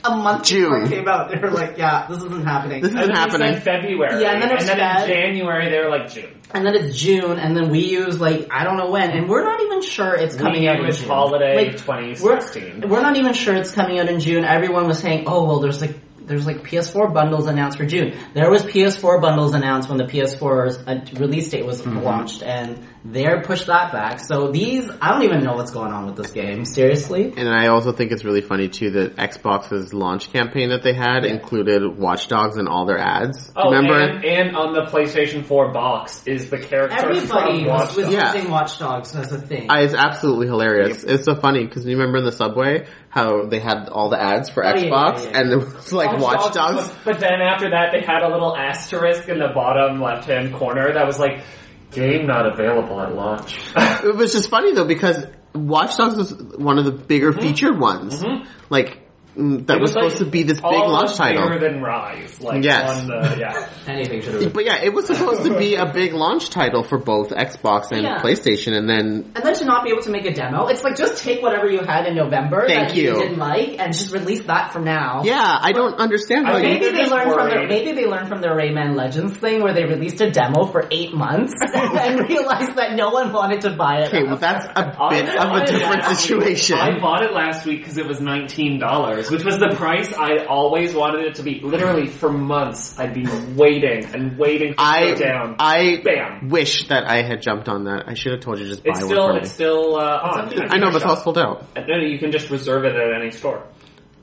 a month June. before it came out. They're like, yeah, this isn't happening. This is- And then happening. it's like February Yeah, and then it's in Feb. January they were like June and then it's June, and then we use like I don't know when, and we're not even sure it's coming Wii out U in is June. holiday Like, we're, 2016. we're not even sure it's coming out in June. Everyone was saying, oh, well, there's like, there's like PS4 bundles announced for June. There was PS4 bundles announced when the PS4's uh, release date was Mm-hmm. launched, and they're pushed that back. So these, I don't even know what's going on with this game. Seriously? And I also think it's really funny too that Xbox's launch campaign that they had included Watch Dogs in all their ads. Do you Oh, remember? And, and on the PlayStation 4 box is the character Everybody from was, Watch was Dogs. Yeah. using Watch Dogs as a thing. I, it's absolutely hilarious. It's so funny because you remember in the subway how they had all the ads for Oh, yeah, Xbox yeah, yeah. and it was like Watch Dogs. was- But then after that, they had a little asterisk in the bottom left-hand corner that was like, game not available at launch. It was just funny though because Watch Dogs was one of the bigger featured ones. Like mm, that It was, was like supposed to be this big launch Almost title. bigger than Rise. Like, Yes. on the, yeah. Anything should have But yeah, it was supposed to be a big launch title for both Xbox and Yeah. PlayStation and then and then to not be able to make a demo, it's like just take whatever you had in November Thank that you. you. didn't like and just release that for now. Yeah, I don't understand how I you. think- Maybe They're they just learned from their worried. maybe they learned from their Rayman Legends thing where they released a demo for eight months and realized that no one wanted to buy it. Okay, well that's a bit of a different I situation. bought it last week because it was nineteen dollars, which was the price I always wanted it to be. Literally for months, I'd be waiting and waiting to go I down. I Bam. wish that I had jumped on that. I should have told you just buy it's one still, for me. it's still uh, on. I know, but it's all sold out. No, you can just reserve it at any store.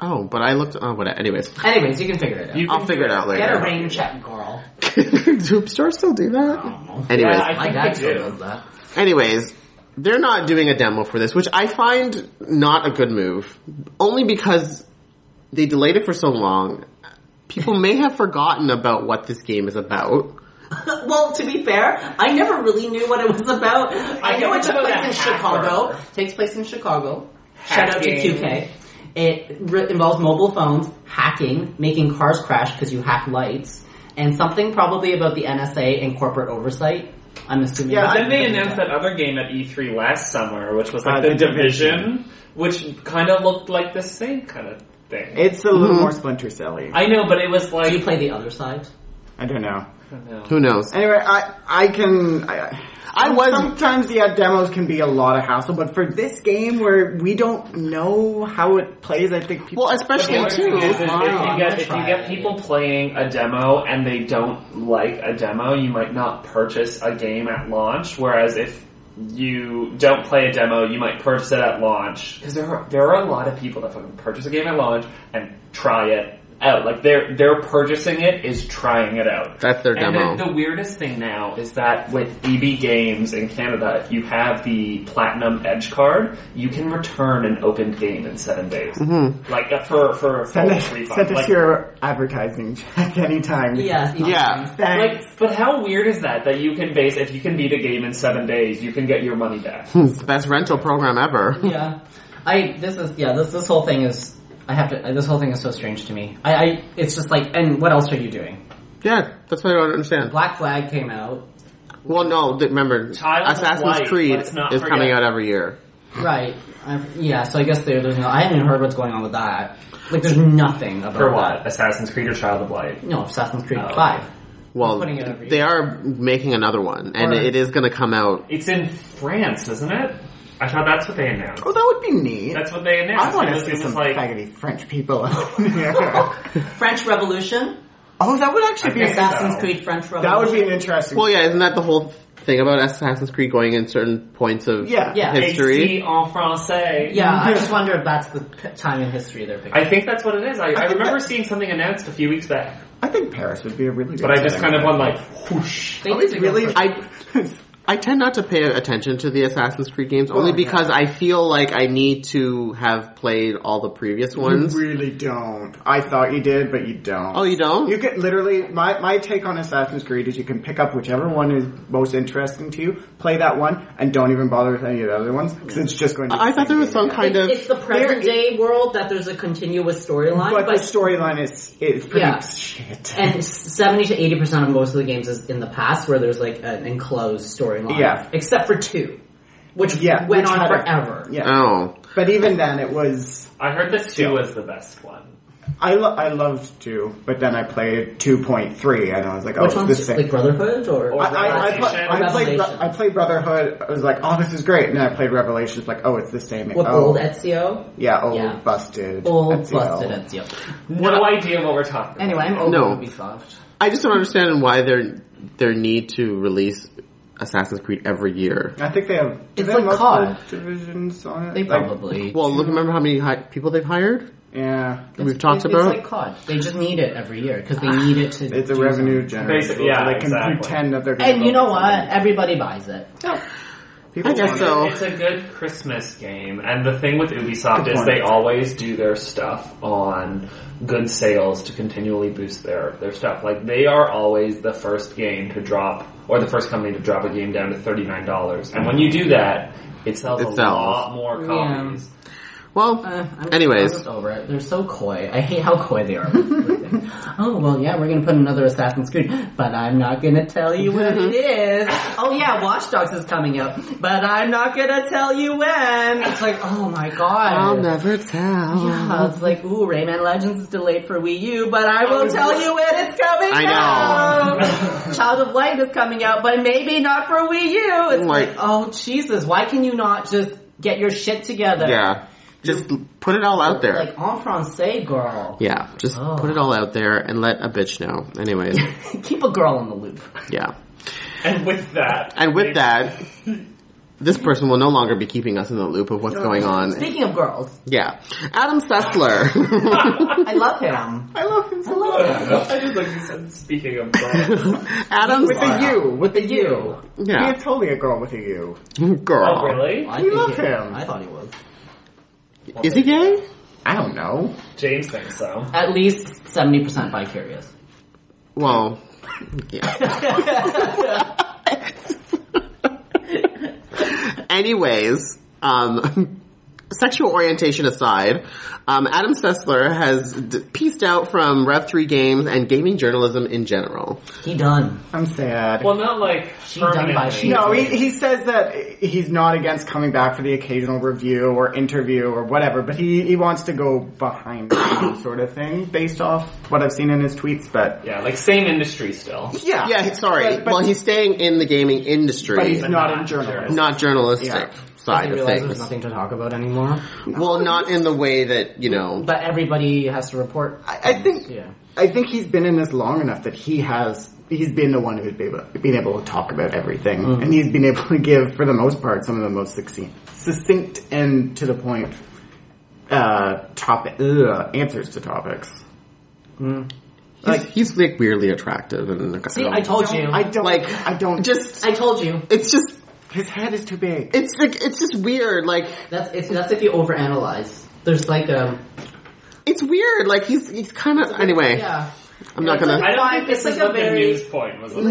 Oh, but I looked. Oh, whatever. Anyways, Anyways, you can figure it out. You I'll can figure it out Get a later. rain check, girl. Do stores still do that? Anyways, Oh. Yeah, I My think dad they still do. does that. anyways, they're not doing a demo for this, which I find not a good move, only because they delayed it for so long. People may have forgotten about what this game is about. Well, to be fair, I never really knew what it was about. I, think know it it's took about place a in hacker. Chicago. Takes place in Chicago. Shout out to Hacking. QK. It re- involves mobile phones, hacking, making cars crash because you hack lights, and something probably about the NSA and corporate oversight. I'm assuming. Yeah, that's But then they what it announced is. that other game at E3 last summer, which was like Uh, the, The Division, Division. which kind of looked like the same kind of thing. It's a Mm-hmm. little more Splinter Cell-y. I know, but it was like Do you play the other side? I don't know. I don't know. Who knows? Anyway, I I can. I, I was- sometimes yeah, demos can be a lot of hassle, but for this game where we don't know how it plays, I think people. Well, especially Or too. Is, is if you Wow. get if you Try get it. people playing a demo and they don't like a demo, you might not purchase a game at launch. Whereas if you don't play a demo, you might purchase it at launch because there are, there are a lot of people that fucking purchase a game at launch and try it out. Like they're they're purchasing it is trying it out. That's their And demo. then the weirdest thing now is that with EB Games in Canada, if you have the Platinum Edge card, you can return an opened game in seven days. Mm-hmm. Like uh, for for a oh. full send us, refund. send us like, your advertising check anytime. Yes. Yeah. Thanks. like, but how weird is that? That you can base if you can beat a game in seven days, you can get your money back. It's the Hmm, best rental program ever. yeah. I this is yeah this this whole thing is I have to this whole thing is so strange to me. I, I it's just like and what else are you doing? Yeah, that's what I don't understand. Black Flag came out, Well, no, th- remember, Child of Assassin's Light, Creed let's not is coming forget. out every year. right? I, yeah, so I guess there, there's no I haven't even heard what's going on with that. Like there's nothing about For that. what? Assassin's Creed or Child of Light? No, Assassin's Creed Oh. Five. Well, putting it every they year. are making another one, and Alright. it is going to come out. It's in France, isn't it? I thought that's what they announced. Oh, that would be neat. That's what they announced. I It want to was- it see was some like- faggoty French people. up in here. oh, French Revolution, that would actually be. I guess Assassin's so. Creed French Revolution. Oh. That would be an interesting. Well, yeah, isn't that the whole thing about Assassin's Creed going in certain points of Yeah. Yeah. history? AC en français. yeah, I just wonder if that's the p- time in history they're picking. I think that's what it is. I, I think remember that- seeing something announced a few weeks back, I think Paris would be a really. good but I just setting. kind of went like, whoosh. They I need was to go really. for- I I tend not to pay attention to the Assassin's Creed games only Oh, yeah. because I feel like I need to have played all the previous ones. You really don't. I thought you did, but you don't. Oh, you don't? You could literally my my take on Assassin's Creed is you can pick up whichever one is most interesting to you, play that one, and don't even bother with any of the other ones because it's just going. to be I the thought same there was game some again. kind It's- of it's the present day world that there's a continuous storyline, But, but, the storyline is is pretty Yeah. shit. and seventy to eighty percent of most of the games is in the past where there's like an enclosed storyline. Yeah. Except for two. Which Yeah, went which on had a- forever. yeah, oh but even then, it was I heard that two was the best one. I lo- I loved two, but then I played two point three, and I was like, oh, Which it's the one's same. like Brotherhood or, Or- I, I, I, pla- I, played, Revelation. I played Brotherhood. I was like, "Oh, this is great!" And then I played Revelation. It's like, "Oh, it's the same." with oh, old Ezio? yeah, old Yeah. busted, Old Ezio. busted Ezio. No idea what we're talking. Anyway, I'm over No. Ubisoft. I just don't understand why their their need to release Assassin's Creed every year. I think they have. do It's they have like multiple COD. divisions on it. They Like, probably Well, look, remember how many hi- people they've hired? yeah, that we've talked it's, about? It's like COD. They just need it every year because they need it to. it's a do revenue something. generator. Basically, yeah, so they can exactly. pretend that they're. gonna And you know build what? something. Everybody buys it. People I guess want it. so. It's a good Christmas game, and the thing with Ubisoft Good is point. they always do their stuff on good sales to continually boost their, their stuff. Like, they are always the first game to drop, or the first company to drop a game down to $39. And when you do that, it sells It a sells. lot more Yeah. copies. Well, Uh, I'm, Anyways. I'm just over it. They're so coy. I hate how coy they are. with everything. oh well, yeah, we're gonna put another Assassin's Creed, but I'm not gonna tell you when it is. Oh yeah, Watch Dogs is coming out, but I'm not gonna tell you when. It's like, oh my god. I'll never tell. yeah, it's like, ooh, Rayman Legends is delayed for Wii U, but I will tell you when it's coming I know. out. Child of Light is coming out, but maybe not for Wii U. It's Right. like, oh Jesus, why can you not just get your shit together? Yeah, just put it all out there. Like en français, girl. Yeah, just Oh. put it all out there and let a bitch know. Anyways, Keep a girl in the loop. yeah. And with that, And they- with that, this person will no longer be keeping us in the loop of what's going on. Speaking of girls, Yeah. Adam Sessler. I love him. I love him. I love him. I just like you said, speaking of that. Adam With a U, with The you. he Yeah. is totally a girl with a U. Girl. Oh, really? I We think love he- him. I thought he was. Is he gay? I don't know. James thinks so. At least 70% vicarious. Well, yeah. Anyways, um, sexual orientation aside, um, Adam Sessler has d- pieced out from Rev3 games and gaming journalism in general. He done. I'm sad. Well, not like She done by permanently. she. no, he, he says that he's not against coming back for the occasional review or interview or whatever, but he, he wants to go behind the scenes sort of thing based off what I've seen in his tweets, but Yeah, like same industry still. yeah. Yeah, he- sorry. But, but- well, he's staying in the gaming but he's industry, but not not in journalism. not journalistic Yeah. Does he side of realize there's things. nothing to talk about anymore? Well, not in the way that, you know, But everybody has to report. I, I think Yeah. I think he's been in this long enough that he has he's been the one who's been able, been able to talk about everything, and he's been able to give, for the most part, some of the most succinct, succinct and to the point uh, topic ugh, answers to topics. he's, he's like weirdly attractive. And See, I told you. I don't Like, I don't. just, I told you. it's just, his head is too big. it's like, it's just weird. Like, That's it's, that's if you overanalyze. There's like um, a it's weird. Like, he's, he's kind of, anyway, yeah. I'm not It's like- gonna. I don't think It's this like is a what very- the news point was. About.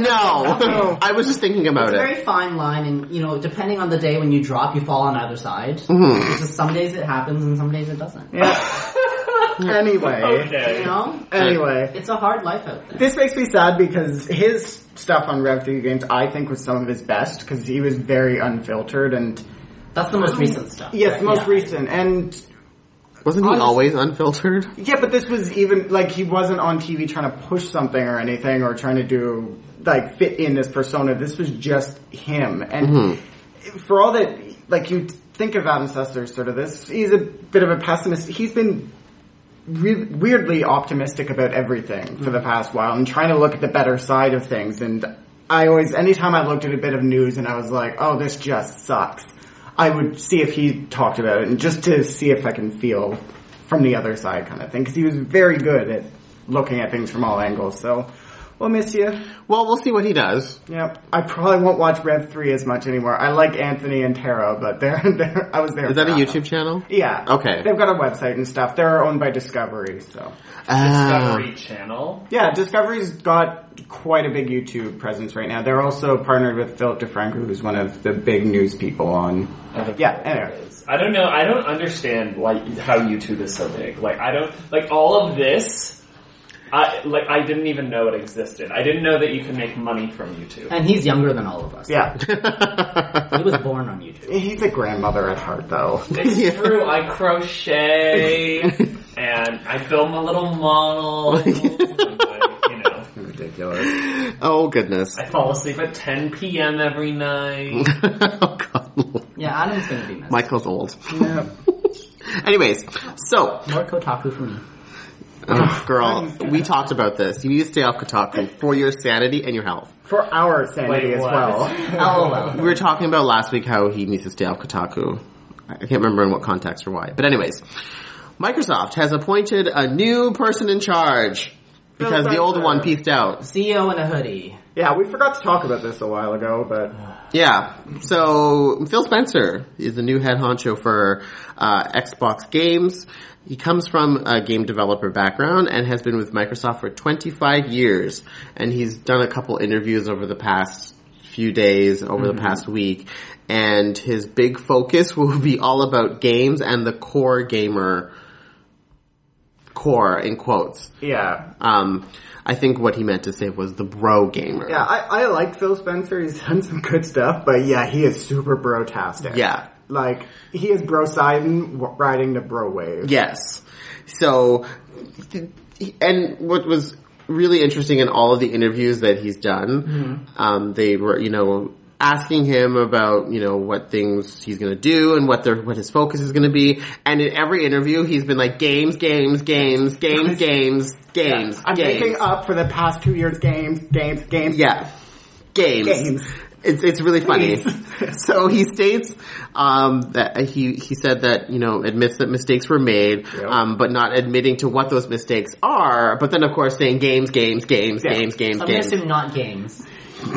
No, I was just thinking about It's a it. very fine line, and you know, depending on the day when you drop, you fall on either side. Mhm. It's just some days it happens, and some days it doesn't. Anyway, Oh, Okay. You know, anyway, it's a hard life out there. This makes me sad because his stuff on Rev 3 Games, I think, was some of his best because he was very unfiltered and That's the most recent stuff. Um, yes, right? most Yeah. recent. And Wasn't he Honest- always unfiltered? yeah, but this was even like he wasn't on TV trying to push something or anything or trying to do like fit in this persona. This was just him. And for all that, like you think of Adam Sessler as sort of this, he's a bit of a pessimist. He's been re- weirdly optimistic about everything for the past while and trying to look at the better side of things. And I always, anytime I looked at a bit of news and I was like, oh, this just sucks, I would see if he talked about it and just to see if I can feel from the other side kind of thing. Because he was very good at looking at things from all angles. So we'll miss you. Well, we'll see what he does. Yep. I probably won't watch Rev 3 as much anymore. I like Anthony and Taro, but they're, they're I was there. Is that a for YouTube channel? Yeah. Okay. They've got a website and stuff. They're owned by Discovery, so. Ah, Discovery Channel. Yeah, Discovery's got quite a big YouTube presence right now. They're also partnered with Philip DeFranco, who's one of the big news people on. uh, Yeah, anyway. I don't know. I don't understand like how YouTube is so big. Like I don't like all of this. I like I didn't even know it existed. I didn't know that you could make money from YouTube. And he's younger than all of us. Yeah. He was born on YouTube. He's a grandmother at heart, though. It's Yeah. true. I crochet and I build my little model. and, like, you know, Ridiculous. oh goodness. I fall asleep at 10 p.m. every night. oh god. Yeah, Adam's gonna be missed. Michael's old. Yep. Anyways, so More Kotaku for me. oh, girl, we talked about this. You need to stay off Kotaku for your sanity and your health. For our sanity Wait, as what? well. LOL. We were talking about last week how he needs to stay off Kotaku. I can't remember in what context or why. But anyways, Microsoft has appointed a new person in charge because the old one pieced out. CEO E in a hoodie. Yeah, we forgot to talk about this a while ago, but Yeah. So Phil Spencer is the new head honcho for uh, Xbox Games. He comes from a game developer background and has been with Microsoft for 25 years. And he's done a couple interviews over the past few days, over the past week. And his big focus will be all about games and the core gamer core in quotes. yeah. Um, I think what he meant to say was the bro gamer. Yeah, I, I like Phil Spencer. He's done some good stuff, but yeah, he is super bro-tastic. Yeah. Like, he is bro-siding, w- riding the bro wave. Yes. So, th- and what was really interesting in all of the interviews that he's done, um, they were, you know, asking him about, you know, what things he's gonna do and what their, what his focus is gonna be. And in every interview, he's been like, games, games, games, games, games, games, I'm games. making up for the past two years games, games, games. Yeah. Games. Games. It's it's really funny. so he states um, that he he said that you know admits that mistakes were made, Yep. um, but not admitting to what those mistakes are. But then of course saying games, games, games, Yeah. games, games, I'm gonna games. assume not games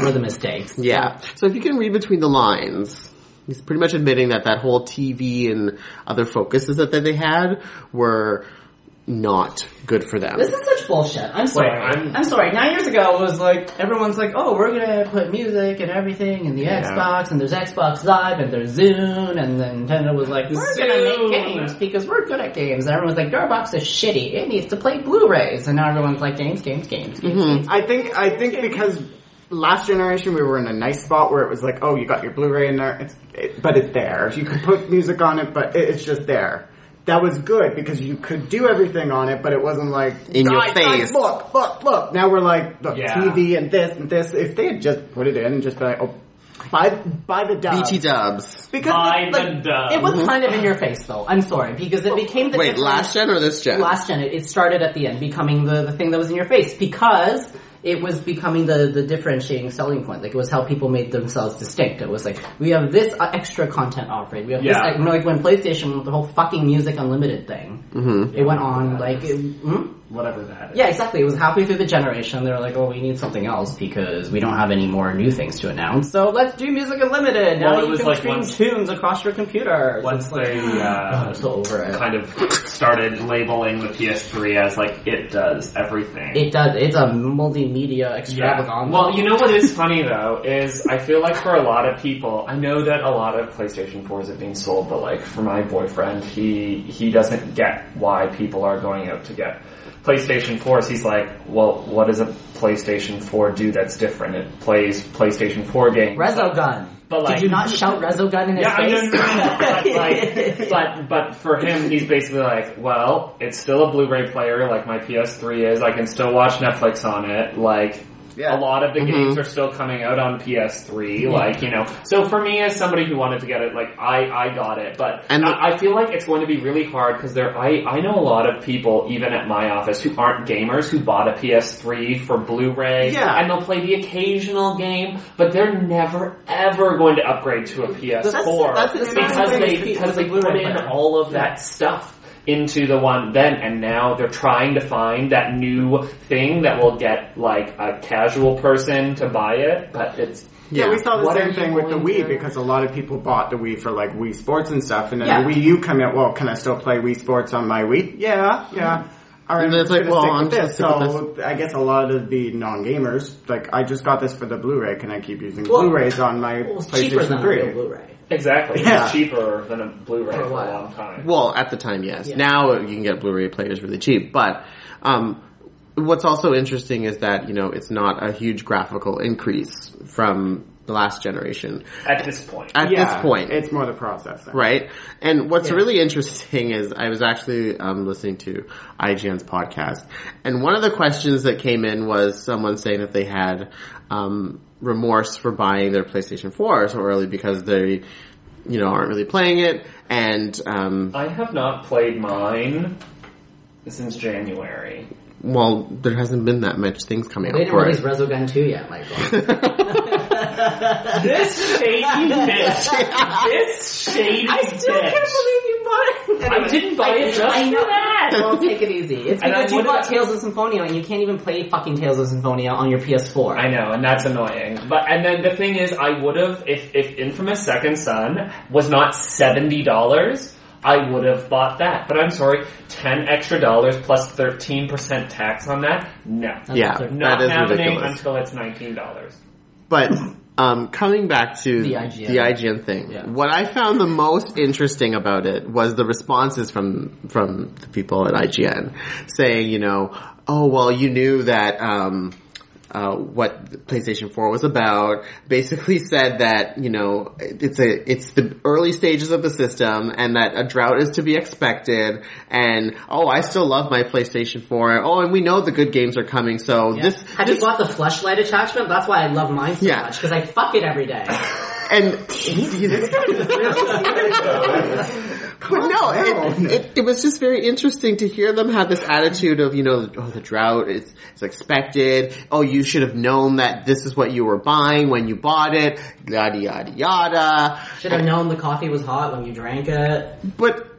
were the mistakes. Yeah. So if you can read between the lines, he's pretty much admitting that that whole TV and other focuses that, that they had were not good for them. This is such bullshit. I'm sorry. I'm- I'm, sorry. Nine years ago, it was like everyone's like, "Oh, we're gonna put music and everything in the Yeah. Xbox, and there's Xbox Live, and there's Zune," and then Nintendo was like, "We're gonna Zune. make games because we're good at games." And everyone's like, "Your box is shitty. It needs to play Blu-rays." And now everyone's like, "Games, games, games, Mm-hmm. games." Mm. games. I think I think because last generation we were in a nice spot where it was like, oh, you got your Blu-ray in there, it's, it, but it's there. You could put music on it, but it, it's just there. That was good because you could do everything on it, but it wasn't like In your guys, guys, face." look, look, look. Now we're like the Yeah. TV and this and this. If they had just put it in and just been like, oh, buy buy the dub. BT Dubs. because By like, the dub. It was kind of in your face, though. I'm sorry because it became Mm-hmm. the Wait, difference- last gen or this gen? last gen. It, it started at the end, becoming the, the thing that was in your face because it was becoming the, the differentiating selling point. Like it was how people made themselves distinct. It was like we have this uh, extra content offering. We have this Yeah. this like when PlayStation with the whole fucking music unlimited thing. Mm-hmm. It went on like it, hmm? whatever that is. yeah, exactly. It was halfway through the generation. They were like, oh, we need something else because we don't have any more new things to announce. So let's do music unlimited. Now Well, it you was can like stream once- tunes across your computer. Once they I'm uh, so over it. kind of started labeling the PS3 as like it does everything. It does. It's a multimedia Yeah. extravaganza. Well, you know what is funny though is I feel like for a lot of people, I know that a lot of PlayStation 4s are being sold, but like for my boyfriend, he he doesn't get why people are going out to get PlayStation 4s. He's like, well, what does a PlayStation 4 do that's different? It plays PlayStation 4 games. Resogun. But, like- Did you not shout Resogun in his Yeah, I face? know, no, no, no, but, like, but but for him, he's basically like, well, it's still a Blu-ray player, like my PS3 is. I can still watch Netflix on it. Like, Yeah. a lot of the Mm-hmm. games are still coming out on PS3. Like, you know, so for me, as somebody who wanted to get it, like, I I got it, but And the- I, I feel like it's going to be really hard because there, I I know a lot of people even at my office who aren't gamers who bought a PS3 for Blu-ray. Yeah. and they'll play the occasional game, but they're never ever going to upgrade to a PS4 That's- four that's an because amazing they thing. because they It's a put in Blu-ray. all of that stuff into the one then and now they're trying to find that new thing that will get like a casual person to buy it but it's Yeah, we saw the What are same you thing with the going Wii to- because a lot of people bought the Wii for like Wii Sports and stuff, and then Yeah. the Wii U come out. Well, can I still play Wii Sports on my Wii? Yeah, yeah. All right, And it's I'm like, just gonna well, stick with I'm this. just gonna stick So I guess a lot of the non-gamers, like, I just got this for the Blu-ray. Can I keep using Well, Blu-rays on my It was cheaper than PlayStation a real Three? Blu-ray. exactly Yeah. it's cheaper than a For Blu-ray for a a, while. long time Well, at the time, yes. Yeah. Now you can get Blu-ray players really cheap, but um, what's also interesting is that you know it's not a huge graphical increase from the last generation at this point at yeah, this point, it's more the processing. right? And what's Yeah. really interesting is I was actually um, listening to IGN's podcast, and one of the questions that came in was someone saying that they had um, remorse for buying their PlayStation Four so early because they, you know, aren't really playing it, and um, I have not played mine since January well, there hasn't been that much things coming They out didn't for release it. Resogun 2 yet, Michael. this shady bitch this shady I still bitch can't believe you bought it. I didn't buy it just I know for that. Well, take it easy. It's And I because you would've- bought Tales of Symphonia and you can't even play fucking Tales of Symphonia on your PS4. I know, and that's annoying. But and then the thing is, I would have if if Infamous Second Son was not seventy dollars, I would have bought that. But I'm sorry, ten extra dollars plus thirteen percent tax on that. No, Yeah, That is not happening ridiculous. until it's nineteen dollars. But um, coming back to The IGN. thing, Yeah. what I found the most interesting about it was the responses from from the people at IGN saying, you know, oh well, you knew that. Um, uh, what the PlayStation 4 was about basically said that, you know, it's a, it's the early stages of the system and that a drought is to be expected and, oh, I still love my PlayStation 4. Oh, and we know the good games are coming, so Yeah. this, Had you bought the flashlight attachment? That's why I love mine so Yeah. much because I fuck it every day. and, But Oh, no, it, it, it was just very interesting to hear them have this attitude of, you know, oh, the drought, it's, it's expected. Oh, you should have known that this is what you were buying when you bought it. Yada, yada, yada. Should have known the coffee was hot when you drank it. But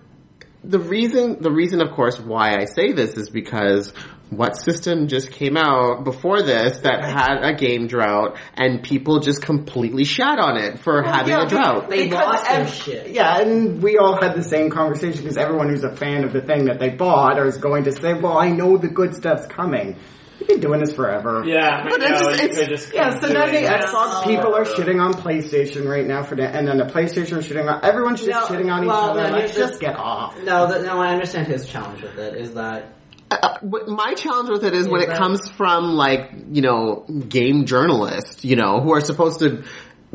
the reason, the reason, of course, why I say this is because what system just came out before this that had a game drought and people just completely shat on it for having yeah, a drought? They Because lost their ev- shit. Yeah, and we all had the same conversation because everyone who's a fan of the thing that they bought is going to say, "Well, I know the good stuff's coming." We've been doing this forever. Yeah, But I it's- know, you it's- could just Yeah, so now the Yeah. Xbox people are shitting on PlayStation right now for that, and then the PlayStation are shitting on everyone's just No, shitting on each well, other. no, Let's there's- just get off. No, that, no, I understand his challenge with it is that Uh, what- my challenge with it is when Yeah, it that- comes from like you know game journalists you know who are supposed to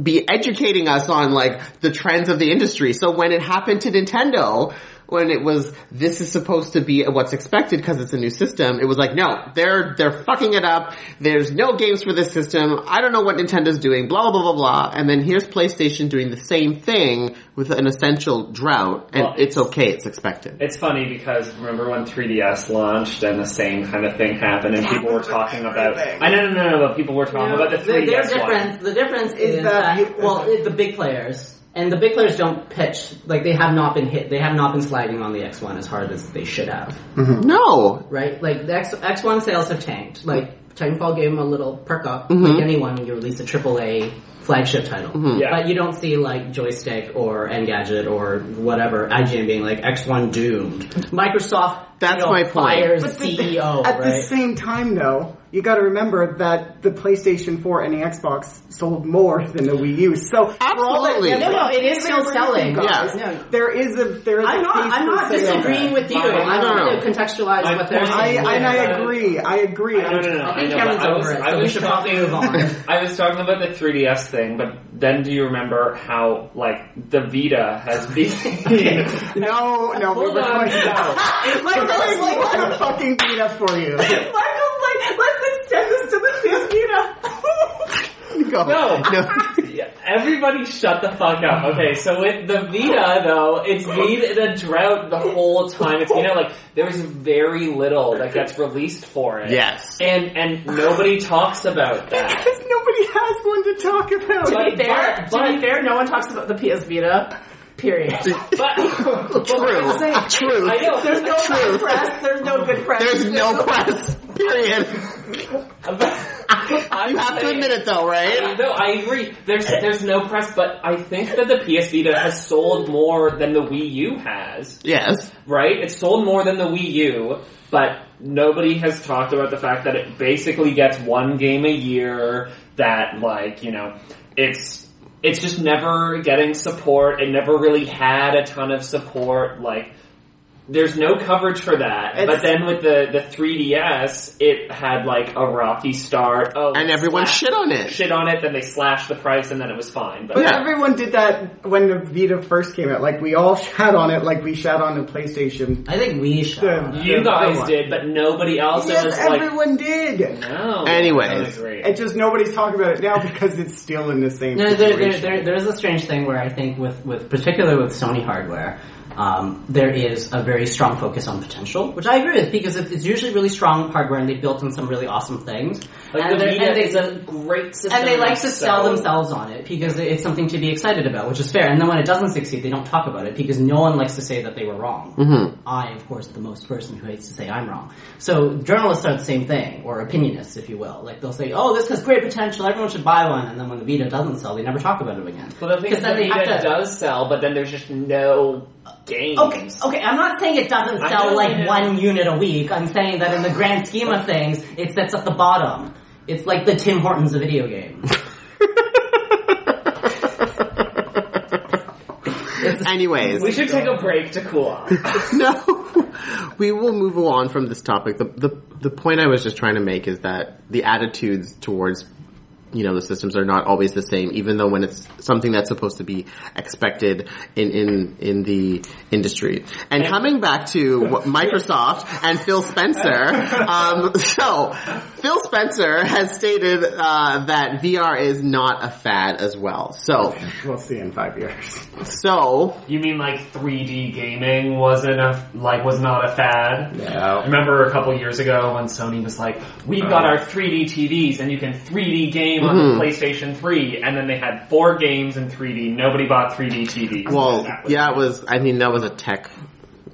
be educating us on like the trends of the industry so when it happened to nintendo when it was this is supposed to be what's expected because it's a new system it was like no they're they're fucking it up there's no games for this system i don't know what nintendo's doing blah blah blah blah blah and then here's playstation doing the same thing with an essential drought and Well, it's okay it's expected It's funny because remember when 3DS launched and the same kind of thing happened and people were talking about. I know, no, no, no, but people were talking about the the, their 3DS one. difference. The difference is, that- that, well, it, the big players and the big players don't pitch like they have not been hit. They have not been sliding on the X One as hard as they should have. no right? Like the X X One sales have tanked. Like Titanfall gave them a little perk up, Mm-hmm. like anyone when you release a AAA flagship title. Yeah. But you don't see like Joystick or Engadget or whatever IGN being like X One doomed. Microsoft. That's you know, my point. Fires But the- CEO, at the E right? same time, though, you got to remember that the PlayStation 4 and the Xbox sold more than the Wii U. So for all that- Absolutely. No, no, it is still Remember, selling. guys, Yeah. No. There is a there is. I'm a not. case I'm for not saying disagreeing that. with you. No, no, I'm trying no. to contextualize My what they're point I, saying. and I Yeah. agree. I agree. No, no, no, no, I think know, but Kevin's I was, over it, I so we was should talking- probably move on. I was talking about the 3DS thing, but then do you remember how like the Vita has been? No, no, we Hold were on. going to Michael's like, like, I'm fucking beat up for you. Michael's like, let's extend this to the Fiesta. Go. No. no. Yeah, Everybody shut the fuck up. Okay, so with the Vita though, it's been in a drought the whole time. It's been out, like there's very little that gets released for it. Yes. And and nobody talks about that. Because nobody has one to talk about. But- be fair, but- to be fair, no one talks about the PS Vita. Period. But True. True. I know There's no True. good press. There's no good press. There's no quest. Period. You have to admit it though, right? No, I agree. There's there's no press, but I think that the PS Vita has sold more than the Wii U has. Yes. right? It sold more than the Wii U, but nobody has talked about the fact that it basically gets one game a year that like, you know, it's it's just never getting support. It never really had a ton of support like there's no coverage for that. It's- but then with the the 3DS, it had like a rocky start. Oh, And everyone slash- shit on it. shit on it, then they slashed the price and then it was fine. But But Yeah. everyone did that when the Vita first came out. Like we all shat on it, like we shat on the PlayStation. I think we should. The- you the- guys the one. did, but nobody else It was Yes, like everyone did. No. Anyways. I don't agree. It just nobody's talking about it now because it's still in the same. No, there, there, situation. there, there is a strange thing where I think with, with particularly with Sony hardware, um, there is a very strong focus on potential, which I agree with because it's, it's usually really strong hardware and they built in some really awesome things. Like and, the they're- Vita and they, is a great system, and they like to sell so- themselves on it because it's something to be excited about, which is fair. And then when it doesn't succeed, they don't talk about it because no one likes to say that they were wrong. I, of course, the most person who hates to say I'm wrong. So journalists are the same thing, or opinionists, if you will. Like they'll say, "Oh, this has great potential. Everyone should buy one." And then when the Vita doesn't sell, they never talk about it again. Well, the thing Because is, the then they have Vita to. does sell, but then there's just no games. Okay, okay. I'm not saying it doesn't I sell know, like I know. one unit a week. I'm saying that in the grand scheme of things, it sits at the bottom. It's like the Tim Hortons of video games. Anyways. We should take a break to cool off. no. We will move on from this topic. The, the the point I was just trying to make is that the attitudes towards you know the systems are not always the same, even though when it's something that's supposed to be expected in in in the industry. And coming back to what- Microsoft and Phil Spencer, um, so Phil Spencer has stated uh, that VR is not a fad as well. So We'll see in five years. so you mean like 3D gaming wasn't a like was not a fad? Yeah. Remember a couple years ago when Sony was like, "We've got our 3D TVs and you can 3D game Mm-hmm. on the PlayStation 3," and then they had four games in 3D. Nobody bought 3D TVs. Well, That was- yeah, it was. I mean, that was a tech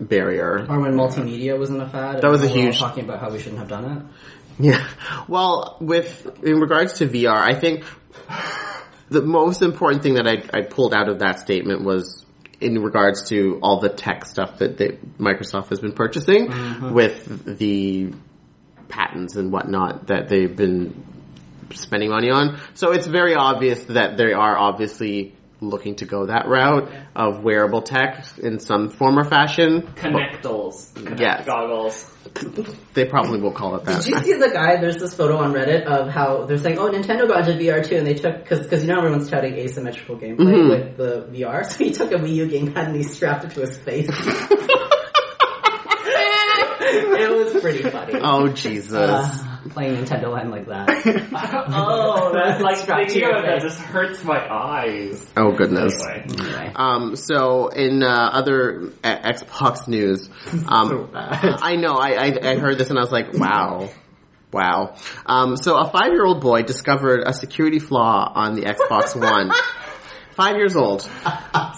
barrier. Or when multimedia was in a fad. and That was a we were all huge- talking about how we shouldn't have done it. Yeah. Well, with in regards to VR, I think the most important thing that I, I pulled out of that statement was in regards to all the tech stuff that, that Microsoft has been purchasing Mm-hmm. with the patents and whatnot that they've been spending money on. So it's very obvious that they are obviously looking to go that route of wearable tech in some form or fashion. Connectals. Connect Yes. Goggles. They probably will call it that. Did you see the guy? There's this photo on Reddit of how they're saying, "Oh, Nintendo got into VR too," and they took because because you know everyone's touting asymmetrical gameplay with the VR, so he took a Wii U gamepad and he strapped it to his face. it was pretty funny. Oh Jesus. Uh, playing Nintendo Land like that. oh, that's like Strapped to thinking your of that face. just hurts my eyes. oh goodness. Anyway. Anyway. Um, so in uh, other uh, Xbox news, um, I know I, I I heard this and I was like, wow, wow. Um, so a five year old boy discovered a security flaw on the Xbox One. Five years old.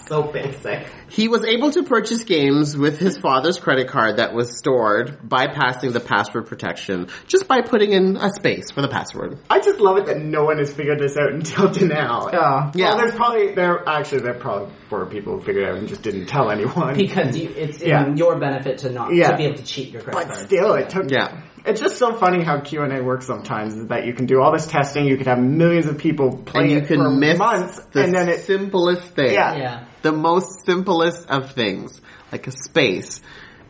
so basic. He was able to purchase games with his father's credit card that was stored, bypassing the password protection, just by putting in a space for the password. I just love it that no one has figured this out until to now. Yeah. Yeah. Well, there's probably there actually there probably were people who figured it out and just didn't tell anyone. Because you, it's in Yeah. your benefit to not Yeah. to be able to cheat your credit But card. still, it took. Yeah. It's just so funny how Q and A works sometimes. Is that you can do all this testing, you can have millions of people And playing you it for can miss months, the and then it. simplest thing. Yeah. yeah. the most simplest of things, like a space,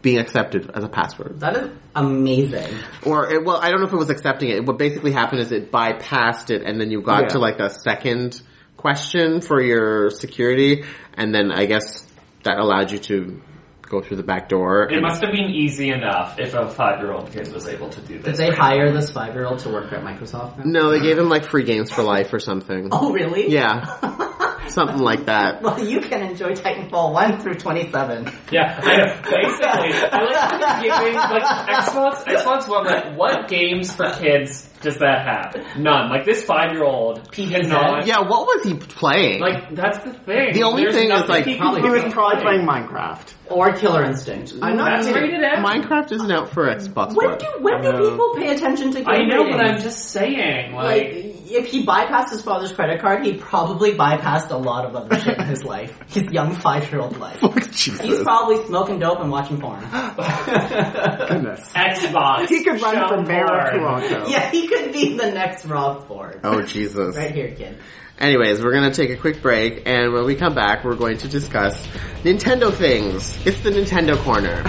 being accepted as a password. That is amazing. Or, it, well, I don't know if it was accepting it. What basically happened is it bypassed it and then you got Yeah. to like a second question for your security and then I guess that allowed you to go through the back door. It must have been easy enough if a five-year-old kid was able to do Did this. they right? hire this five year old to work at Microsoft? now? no, they gave him like free games for life or something. Oh, really? Yeah. Something like that. Well, you can enjoy Titanfall 1 through 27. Yeah, I know. Basically, I like how they're giving like Xbox Xbox One. Like, what games for kids does that have? None. Like this five-year-old cannot. Yeah, what was he playing? Like that's the thing. The only There's thing is, nothing like, he can probably- He do was about probably it. playing Minecraft. Or Killer Instinct. I'm not That's kidding. rated M. Minecraft isn't out for Xbox When One. do, when do No. people pay attention to game I know, but I'm ratings? just saying. Like, Like, if he bypassed his father's credit card, he probably bypassed a lot of other shit in his life. His young five-year-old life. He's Oh, Jesus. probably smoking dope and watching porn. Oh. Goodness. Xbox. He could run show for mayor of porn. Toronto. Yeah, he could be the next Rob Ford. Oh Jesus. Right here, kid. Anyways, we're gonna take a quick break, and when we come back, we're going to discuss Nintendo things. It's the Nintendo corner.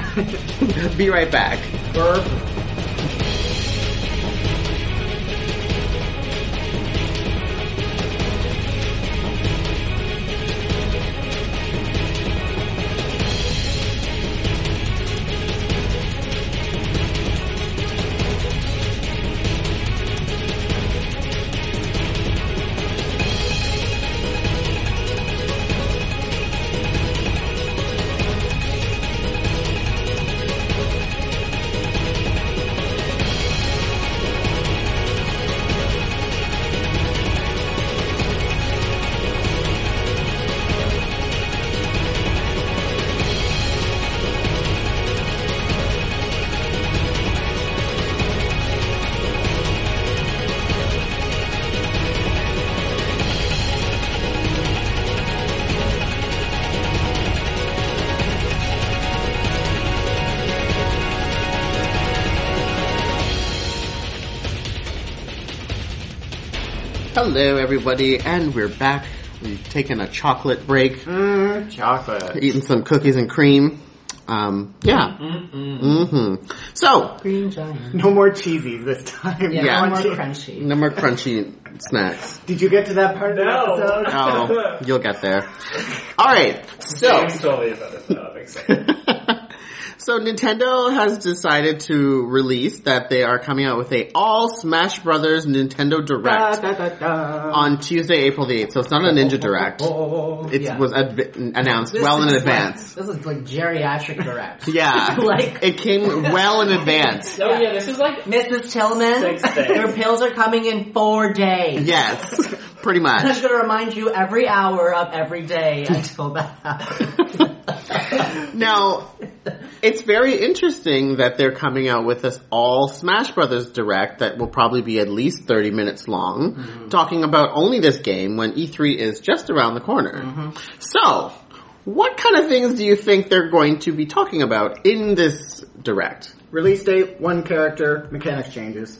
Be right back. Hello, everybody, and we're back. We've taken a chocolate break, Mm, chocolate. eaten some cookies and cream. Um, yeah. Mm-hmm. So, Green Giant. No more cheesy this time. Yeah, Yeah. one more crunchy. no more crunchy snacks. Did you get to that part of No. the episode? Oh, you'll get there. All right. So. James told me about this. but I'm excited. so Nintendo has decided to release that they are coming out with a all Smash Brothers Nintendo Da, Uh, Direct da, da, da. on Tuesday, April the 8th. So it's not an Ninja Direct. Oh, It yeah. was adv- announced well in is advance. Like, this is like geriatric direct. Yeah. Like- it came well in advance. Oh yeah, this is like Mrs. Tillman, Six days. your pills are coming in four days. Yes. Pretty And I'm much. going to remind you every hour of every day until that happens. Now, it's very interesting that they're coming out with this all Smash Brothers direct that will probably be at least 30 minutes long, Mm-hmm. talking about only this game when E3 is just around the corner. Mm-hmm. So, what kind of things do you think they're going to be talking about in this direct? Release date, one character, mechanics changes.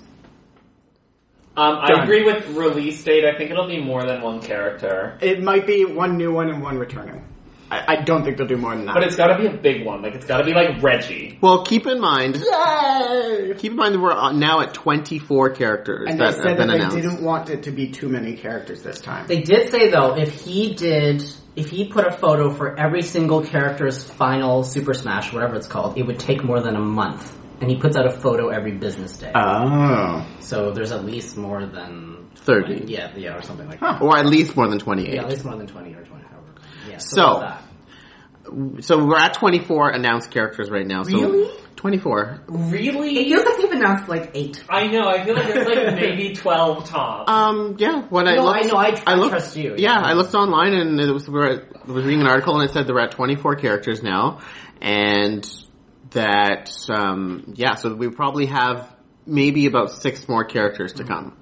Um, I Done. agree with release date. I think it'll be more than one character, It might be one new one and one returning. I, I don't think they'll do more than that. but it's got to be a big one. Like it's got to be like Reggie. Well, keep in mind, Yay! keep in mind that we're uh, now at 24 characters And they that said have that been they announced. didn't want it to be too many characters this time. They did say though, if he did, if he put a photo for every single character's final Super Smash, whatever it's called, it would take more than a month. And he puts out a photo every business day. Ah. oh. so there's at least more than 30. 20 yeah, yeah, or something like that. Or at least more than 28. Yeah, at least more than twenty or twenty. However. Yeah. So- there's that. So we're at 24 announced characters right now. So Really? 24. It Really? feels like they've announced like eight. I know. I feel like there's like maybe twelve tops. Um, yeah, when I No, looked, I know, I tr- looked, trust you. Yeah, I looked online and it was, we were at- I was reading an article and it said they are at 24 characters now. And that, um, yeah, so we probably have maybe about six more characters Mm-hmm. to come.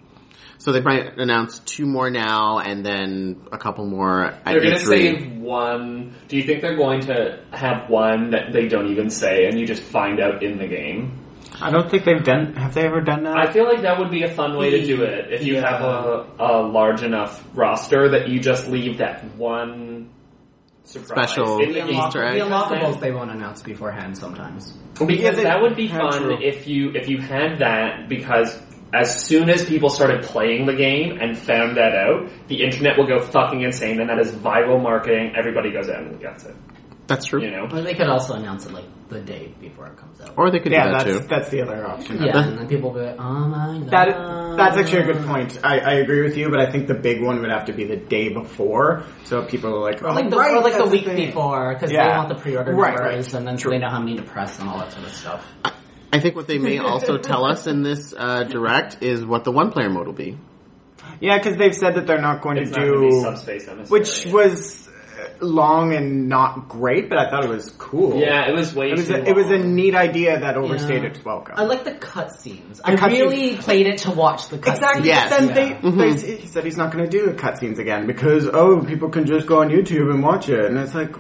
So they might announce two more now and then a couple more at E They're gonna E3. save one. Do you think they're going to have one that they don't even say and you just find out in the game? I don't think they've done. Have they ever done I feel like that would be a fun way to do it if you Yeah. have a, a large enough roster that you just leave that one surprise Special in the The game. unlock- Easter egg. The unlockables they won't announce beforehand sometimes. Because they- that would be yeah, fun true. if you if you had that because as soon as people started playing the game and found that out, the internet will go fucking insane and that is viral marketing. Everybody goes out and gets it. That's true. You know? But they could also announce it like the day before it comes out. Or they could yeah, do that that's too. that's the other option. yeah, and then people will be like, oh my god. That that's actually a good point. I, I agree with you, but I think the big one would have to be the day before, so people are like, oh, Like the, right, or like the that's week thing. before, because they Yeah. want the pre-order Right, numbers, right. and then they know how many to press and all that sort of stuff. I think what they may also tell us in this uh, direct is what the one player mode will be. Yeah, because they've said that they're not going It's to not gonna do, be subspace emissary. which was uh, long and not great, but I thought it was cool. yeah, it was way It was, too a, it was a long. neat idea that overstayed its welcome. I like the cutscenes. I cutscenes- really played it to watch the cutscenes. Exactly. Yes. Then Yeah. they, they- he said he's not going to do the cutscenes again because oh, people can just go on YouTube and watch it, and it's like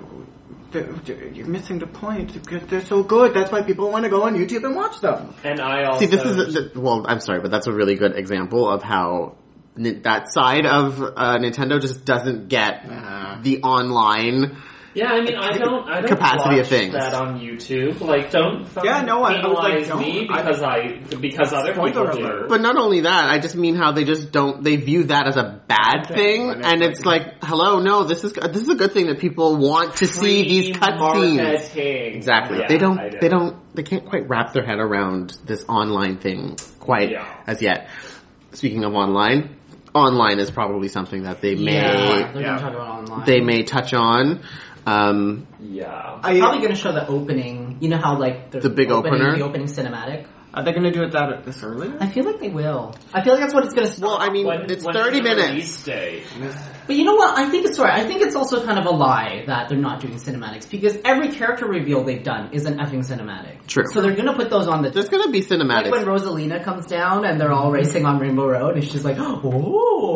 th- th- you're missing the point because they're so good. That's why people want to go on YouTube and watch them. And I also See, this is a, th- well. I'm sorry, but that's a really good example of how Ni- that side of uh, Nintendo just doesn't get Uh-huh. the online. yeah. I mean, I don't. I don't Capacity watch of things. that on YouTube. Like, don't fucking Yeah, no, I- I was like, penalize don't. me because I because other people Spoiler do. alert. But not only that, I just mean how they just don't. They view that as a bad thing, when it's and like- it's like, hello, no, this is this is a good thing that people want to see these cutscenes. Marketing. Exactly. Yeah, they don't. I know. They don't. They can't quite wrap their head around this online thing quite Yeah. as yet. Speaking of online, online is probably something that they may yeah, they're yeah. gonna talk about online. they may touch on. Um, Yeah. I, probably gonna show the opening. You know how like The big opening, opener? the opening cinematic. are they going to do it that this early? I feel like they will. I feel like that's what it's gonna. Start. well, I mean, When- it's when thirty is the minutes. release date? But you know what? I think it's sorry. I think it's also kind of a lie that they're not doing cinematics because every character reveal they've done is an effing cinematic. True. So they're gonna put those on the. There's gonna be like cinematics. when Rosalina comes down and they're all racing on Rainbow Road and she's like, "Oh."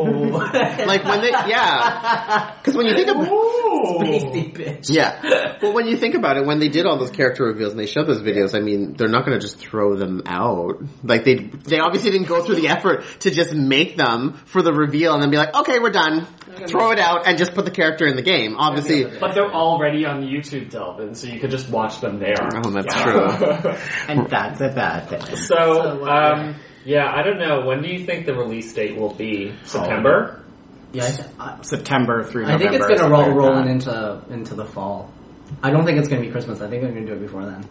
"Ooh, Like when they, yeah, because when you think about, Spacey bitch." yeah, well, when you think about it, when they did all those character reveals and they showed those videos, I mean, they're not gonna just throw them out. Like they, they obviously didn't go through the effort to just make them for the reveal and then be like, okay, we're done, throw it out and just put the character in the game. Obviously, But they're already on YouTube, Delvin, so you could just watch them there. Oh, that's true. And that's a bad thing. so, uh, um, yeah, I don't know. When do you think the release date will be? September? Yeah, I, September through I, I November. think it's gonna roll something like rolling that. into into the fall. I don't think it's gonna be Christmas. I think they're gonna do it before then.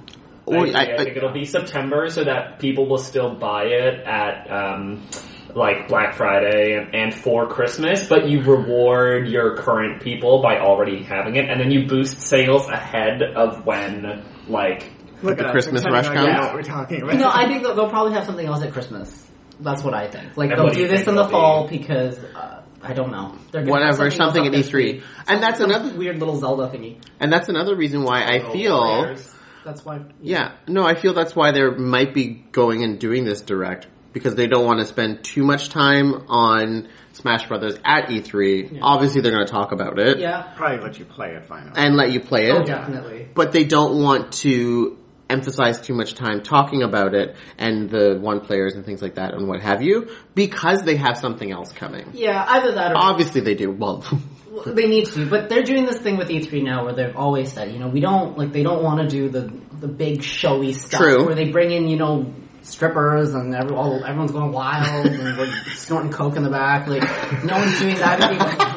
Well, Actually, I, think it'll be September so that people will still buy it at um, like Black Friday and, and for Christmas, but you reward your current people by already having it, and then you boost sales ahead of when like Look The at us, Christmas rush pretending I know comes? what we're talking about. No, I think they'll, they'll probably have something else at Christmas. That's what I think. Like And they'll what do do you this think in the it'll fall because uh, I don't know. They're gonna have whatever, something else at E up their E3. E sleeve. And that's Some another, weird little Zelda thingy. and that's another reason why I Oh, feel, That's why. yeah, no, I feel that's why they might be going and doing this direct because they don't want to spend too much time on Smash Brothers at E3. Obviously, they're going to talk about it Yeah. Probably let you play it finally. and let you play it. Oh, definitely. but they don't want to emphasize too much time talking about it and the one players and things like that and what have you because they have something else coming. Yeah, either that or Obviously they do. Well, Well, They need to, but they're doing this thing with E3 now where they've always said, you know, we don't like they don't want to do the the big showy stuff True. where they bring in, you know, strippers and every, all, everyone's going wild and we're snorting coke in the back. Like no one's doing that.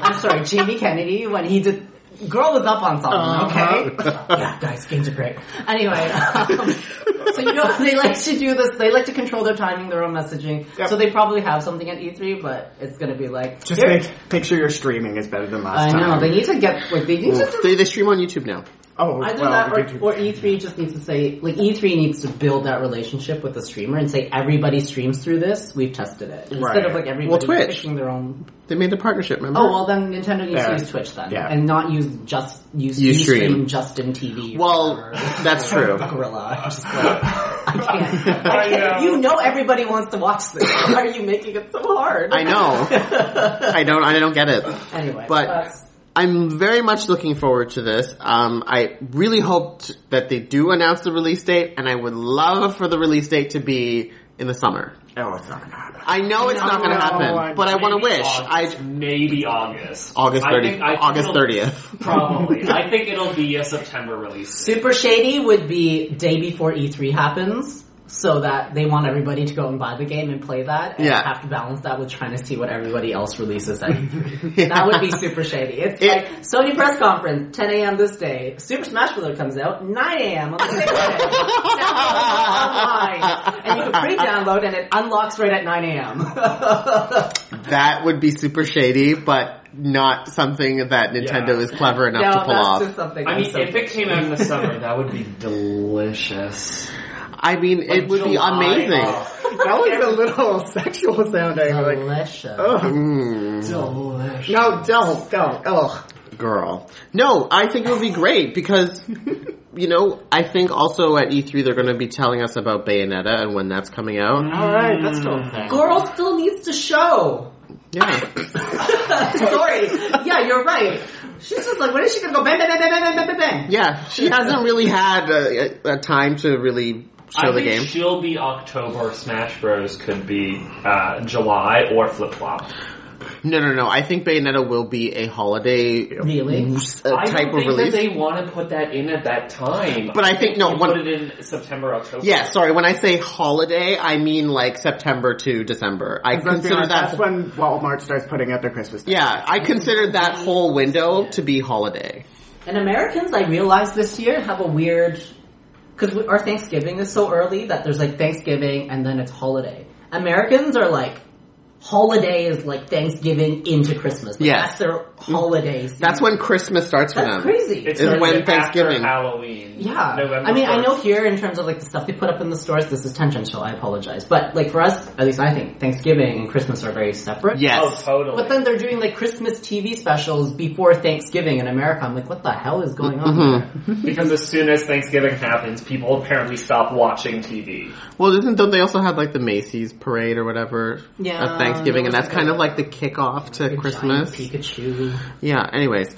I'm sorry, Jamie Kennedy when he did. Girl was up on something, Uh-huh. okay? yeah, guys, games are great. Anyway, um, so you know they like to do this. They like to control their timing, their own messaging. Yep. So they probably have something at E3, but it's going to be like Just "Here- make, make sure your streaming is better than I last time. know. They need to get like they need to. they, they stream on YouTube now. oh, Either well, we that could do- or, or E3 just needs to say, like, E3 needs to build that relationship with the streamer and say, everybody streams through this, we've tested it. Instead Right. of, like, everybody Twitch. picking their own. They made the partnership, remember? Oh, well, then Nintendo needs Yeah. to use Twitch then. Yeah. And not use just, use Use Ustream, stream. Justin TV. or Well, whatever. that's true. Gorilla. Oh, I'm just like, I can't. I I can't. know. You know everybody wants to watch this. Why are you making it so hard? I know. I don't I don't get it. anyway. But- that's- I'm very much looking forward to this. Um, I really hoped that they do announce the release date and I would love for the release date to be in the summer. Oh, it's not gonna happen. I know it's not going to No, happen, I'm- but I want to wish. I August, maybe August. August I 30th. think- I think August it'll- 30th. Probably. I think it'll be a September release. Super shady would be day before E3 happens, so that they want everybody to go and buy the game and play that, and Yeah. have to balance that with trying to see what everybody else releases at E3. that would be super shady. It's It- like Sony press conference, 10 a.m. this day. Super Smash Bros. comes out 9 a.m. on the same day. Download it online, and you can pre-download, and it unlocks right at 9 a.m. That would be super shady, but not something that Nintendo Yeah. is clever enough no, to pull that's off. just something. I I'm mean, so if it came out in the summer, that would be delicious. I mean, it would be July. amazing. That was a little sexual sounding. Like, delicious. ugh. Mm, Delicious. No, don't, don't. Ugh. girl. No, I think it would be great because, you know, I think also at E3 they're going to be telling us about Bayonetta and when that's coming out. All right, that's still a thing. Girl still needs to show. Yeah. Mm-hmm. Sorry. Yeah, you're right. She's just like, when is she gonna go bang, bang, bang, bang, bang, bang, bang, bang? Yeah, she hasn't really had a, a- a time to really show I the think game. she'll be October. Smash Bros. could be uh, July or flip flop. No, no, no. I think Bayonetta will be a holiday uh, Really? I type don't of think that release. they want to put that in at that time. But I think, no, You one, put it in September, October. Yeah, sorry. When I say holiday, I mean like September to December. I Let's be consider honest, that. that's when Walmart starts putting out their Christmas. stuff. yeah, I consider that whole window to be holiday. And Americans, I realized this year, have a weird, cause we, our Thanksgiving is so early that there's like Thanksgiving and then it's holiday. Americans are like, holiday is like Thanksgiving into Christmas. Like, Yes. That's their holiday season. That's when Christmas starts for That's them. crazy. It's Is when when Thanksgiving. After Halloween. Yeah. November I mean, I know 1st. here in terms of like the stuff they put up in the stores, this is tangential, I apologize. But like for us, at least I think, Thanksgiving and Christmas are very separate. Oh, Yes. totally. But then they're doing like Christmas TV specials before Thanksgiving in America. I'm like, what the hell is going on? Mhm. because as soon as Thanksgiving happens, people apparently stop watching TV. Well, isn't don't they also have like the Macy's parade or whatever Yeah, at Thanksgiving, and that was that's a kind good- of like the kickoff to Giant Christmas. Pikachu. Yeah. Anyways,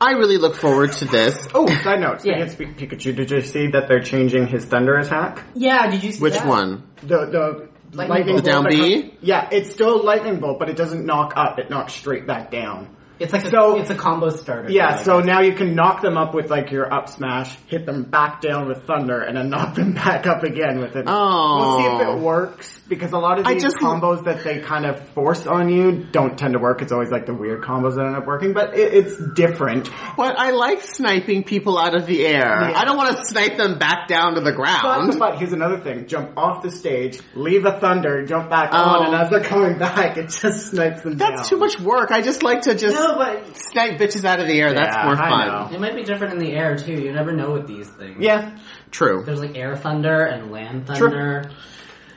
I really look forward to this. Oh, side note. Yeah. Speaking of Speak Pikachu, did you see that they're changing his thunder attack? Yeah, did you see Which that? one? The the Lightning lightning, bolt. bolt. The down that B? comes- yeah, it's still a lightning bolt, but it doesn't knock up. It knocks straight back down. It's like a, So- it's a combo starter. Yeah, so now you can knock them up with like your up smash, hit them back down with thunder, and then knock them back up again with it. Oh. We'll see if it works because a lot of I these just- combos that they kind of force on you don't tend to work. It's always like the weird combos that end up working, but it, it's different. But I like sniping people out of the air. Yeah. I don't want to snipe them back down to the But, ground. but here's another thing: jump off the stage, leave a thunder, jump back on, and as they're coming back, it just snipes them down. Oh. That's too much work. I just like to just No, but snipe bitches out of the air. That's Yeah, more I fun. know. it might be different in the air too. You never know with these things. Yeah, True. There's like air thunder and land thunder.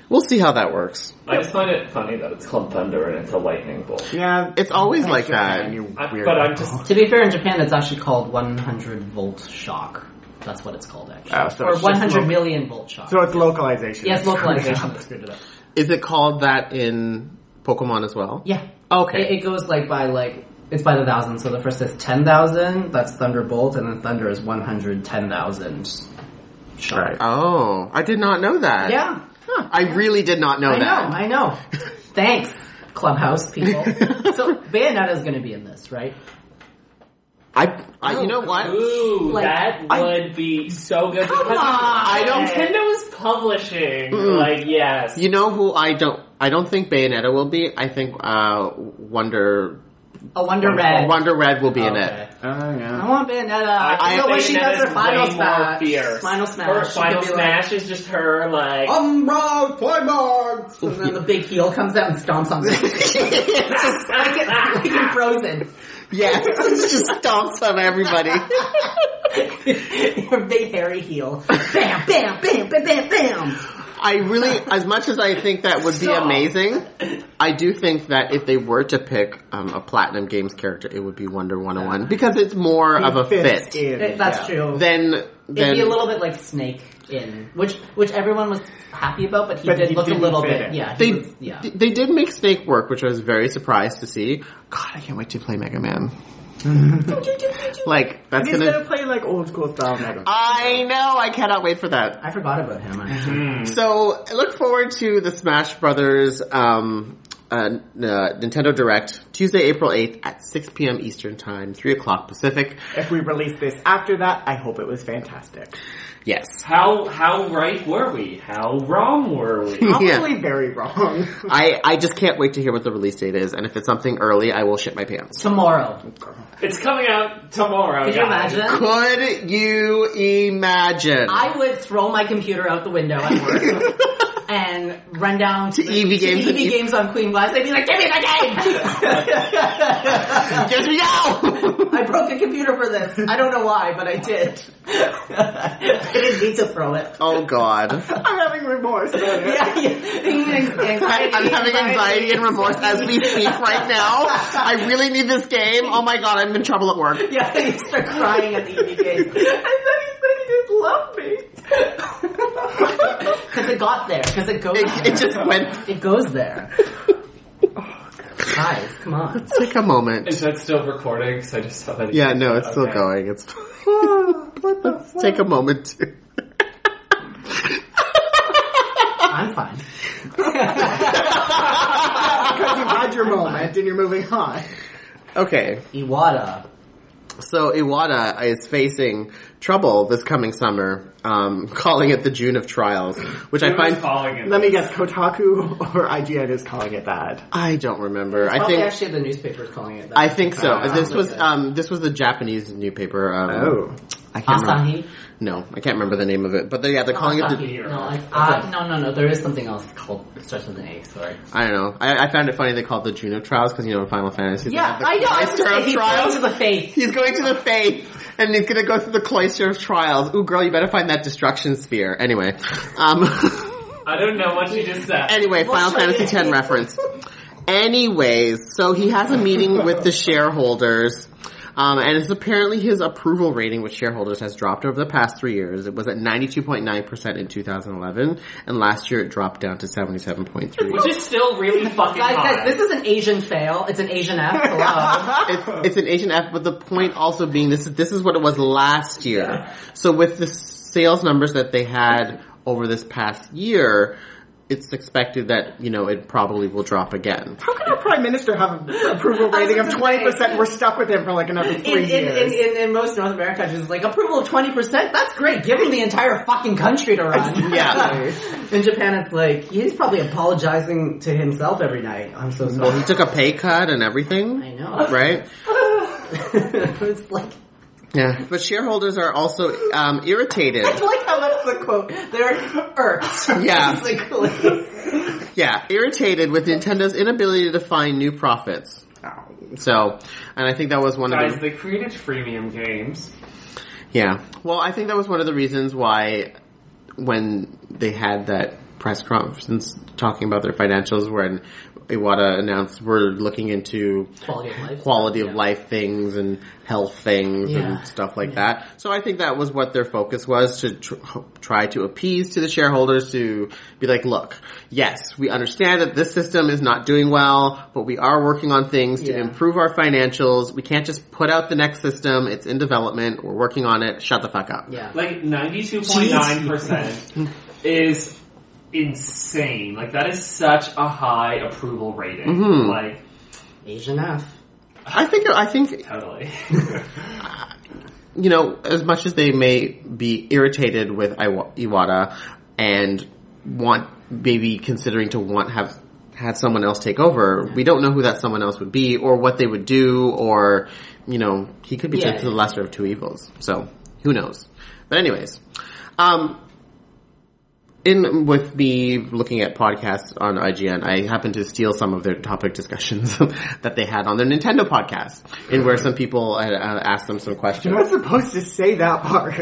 We'll see how that works. I just find it funny that it's called thunder and it's a lightning bolt. Yeah, It's always like that. Japan, you I- weird but I'm just To be fair, in Japan, it's actually called 100 volt shock. That's what it's called, actually. Oh, so or it's just 100 local. million volt shock. so it's localization. yes, localization. Yeah. I screwed it up. Is it called that in Pokemon as well? Yeah. Okay. It, it goes like by like it's by the thousand. So the first is ten thousand. That's thunderbolt, and then thunder is one hundred ten thousand. Shock. Right. Oh, I did not know that. Yeah. Huh. I really did not know I know. that. I know. Thanks, clubhouse people. so Bayonetta's going to be in this, right? I, I Oh, you know what? Ooh, Like- that I- would be so good. Come because on! I don't- Nintendo is publishing. Like, yes. You know who I don't I don't think Bayonetta will be. I think uh Wonder A Wonder Red. Wonder Red will be in Okay. it. Oh I yeah. want Bayonetta. I I, know think when she does her Bayonetta's final way more smash. fierce. Final smash. Her she final could be smash is just her, like, Like, Umbra, Climax! And then the big heel comes out and stomps on them. like, in- like in Frozen. Yes. Just stomps on everybody. Her big hairy heel. Bam, bam, bam, bam, bam, bam! I really as much as I think that would be Stop. amazing, I do think that if they were to pick um, a platinum games character, it would be Wonder 101 because it's more of a Fits fit in, Th- That's yeah. true. than It'd than be a little bit like Snake in, which which everyone was happy about, but he But did he look a didn't little fit bit, in. yeah. he they was- yeah. they did make Snake work, which I was very surprised to see. God, I can't wait to play Mega Man. like that's He's gonna. gonna play like old school style Mega. I know. I cannot wait for that. I forgot about him, actually. Mm-hmm. So look forward to the Smash Brothers um, uh, uh, Nintendo Direct Tuesday, April eighth at six p.m. Eastern Time, three o'clock Pacific. If we release this after that, I hope it was fantastic. Yes, how, how right were we? How wrong were we? Yeah. Probably very wrong. I I just can't wait to hear what the release date is, and if it's something early, I will shit my pants. Tomorrow. it's coming out tomorrow, Could you guys. imagine? Could you imagine? I would throw my computer out the window at work and run down to, To the- EV games to and EV E- games on Queen West. I'd be like, "Give me the game! Yes, we go! I broke a computer for this. I don't know why, but I did. I didn't need to throw it. oh God. I'm having remorse. about it. Yeah, yeah. Anxiety, I'm having anxiety and remorse as we speak right now. I really need this game. Oh my god, I'm in trouble at work. Yeah, you start crying at the EV games. And then he said he just loved me. Because it got there. Because it goes It, there. it just went. It goes there. Guys, come on. It's like a moment. Is that still recording? Because I just saw that. Yeah, no, it's still Okay. going. It's. Let's take a moment to. I'm fine. Because you've had your moment and you're moving on. Okay, Iwata. so Iwata is facing trouble this coming summer, um, calling it the June of Trials, which I Who's find. calling it? Let me guess, Kotaku or IGN is calling it that. I don't remember. I Probably think. actually the newspaper's calling it that. Uh, I think so. Ah, this was okay. um, this was the Japanese newspaper. Um, Oh. I can't remember. Asahi. No, I can't remember the name of it. But they, yeah, they're uh, calling it the. Asahi. No, like, uh, no, no, no. There is something else called it starts with an A. Sorry. I don't know. I, I found it funny they called the Juno trials because you know in Final Fantasy. they Yeah, have the I know. I was cloister gonna of say he's trials. going to the faith. He's going to the faith, and he's gonna go through the cloister of trials. Ooh, girl, you better find that destruction sphere. Anyway, um, I don't know what you just said. anyway, What Final should I Fantasy do? X reference. Anyways, so he has a meeting with the shareholders. Um, and it's apparently his approval rating with shareholders has dropped over the past three years. It was at 92.9% in 2011, and last year it dropped down to 77.3. Which is still really fucking Guys, hot. guys, this is an Asian fail. It's an Asian F. Hello. it's, it's an Asian F, but the point also being this is this is what it was last year. So with the sales numbers that they had over this past year, it's expected that you know it probably will drop again. How can our prime minister have an approval rating of just 20%? We're stuck with him for like another In, three in, in, years. in, in most North American countries, it's like approval of 20%? That's great. Give him the entire fucking country to run. Yeah. in Japan, it's like, he's probably apologizing to himself every night. I'm so Well, he sorry. took a pay cut and everything. I know. Right? it's like, Yeah. But shareholders are also um, irritated. I like how that's the quote. They're irked. Yeah. Basically. Yeah, irritated with Nintendo's inability to find new profits. So, and I think that was one of the Guys, they created freemium games. Yeah. Well, I think that was one of the reasons why when they had that press conference talking about their financials when Iwata announced we're looking into Quality of life. quality of Yeah. life things and health things Yeah. and stuff like that. So I think that was what their focus was to tr- try to appease to the shareholders to be like, look, yes, we understand that this system is not doing well, but we are working on things to Yeah. improve our financials. We can't just put out the next system. It's in development. We're working on it. Shut the fuck up. Yeah. Like ninety two point nine percent is insane. Like that is such a high approval rating. Mm-hmm. Mhm. Like Asian F. I think, I think, totally. you know, as much as they may be irritated with Iwa- Iwata and want maybe considering to want have had someone else take over, we don't know who that someone else would be or what they would do or you know, he could be Yeah. just the lesser of two evils. So who knows? But anyways, um, in with me looking at podcasts on IGN, I happened to steal some of their topic discussions that they had on their Nintendo podcast, in where some people uh, uh, asked them some questions You're not supposed to say that part.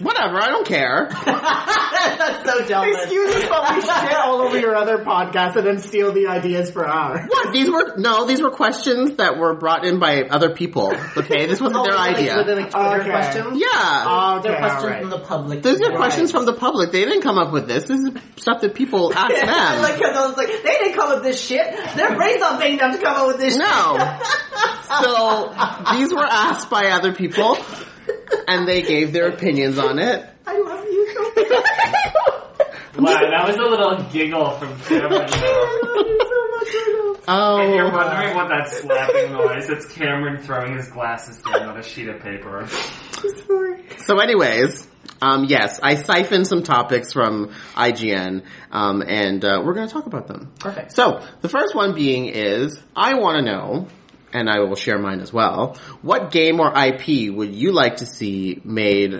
whatever, I don't care. That's so dumb. Excuse us while we shit all over your other podcasts and then steal the ideas for ours. What? These were no, these were questions that were brought in by other people. Okay, this wasn't their Were they idea. Oh, like Twitter Okay. questions? Yeah. Okay, They're questions alright. from the public. These are Right. questions from the public. They didn't come up with this. This is stuff that people ask I like them. how those like they didn't come up with this shit. Their brains not big enough to come up with this. No. So these were asked by other people and they gave their opinions on it. I love you so much. wow, that was a little giggle from Cameron. though. If you're Oh wondering what that slapping noise, it's Cameron throwing his glasses down on a sheet of paper. so anyways. Um, yes, I siphoned some topics from IGN, um, and uh, we're going to talk about them. Perfect. So, the first one being is, I want to know, and I will share mine as well, what game or IP would you like to see made,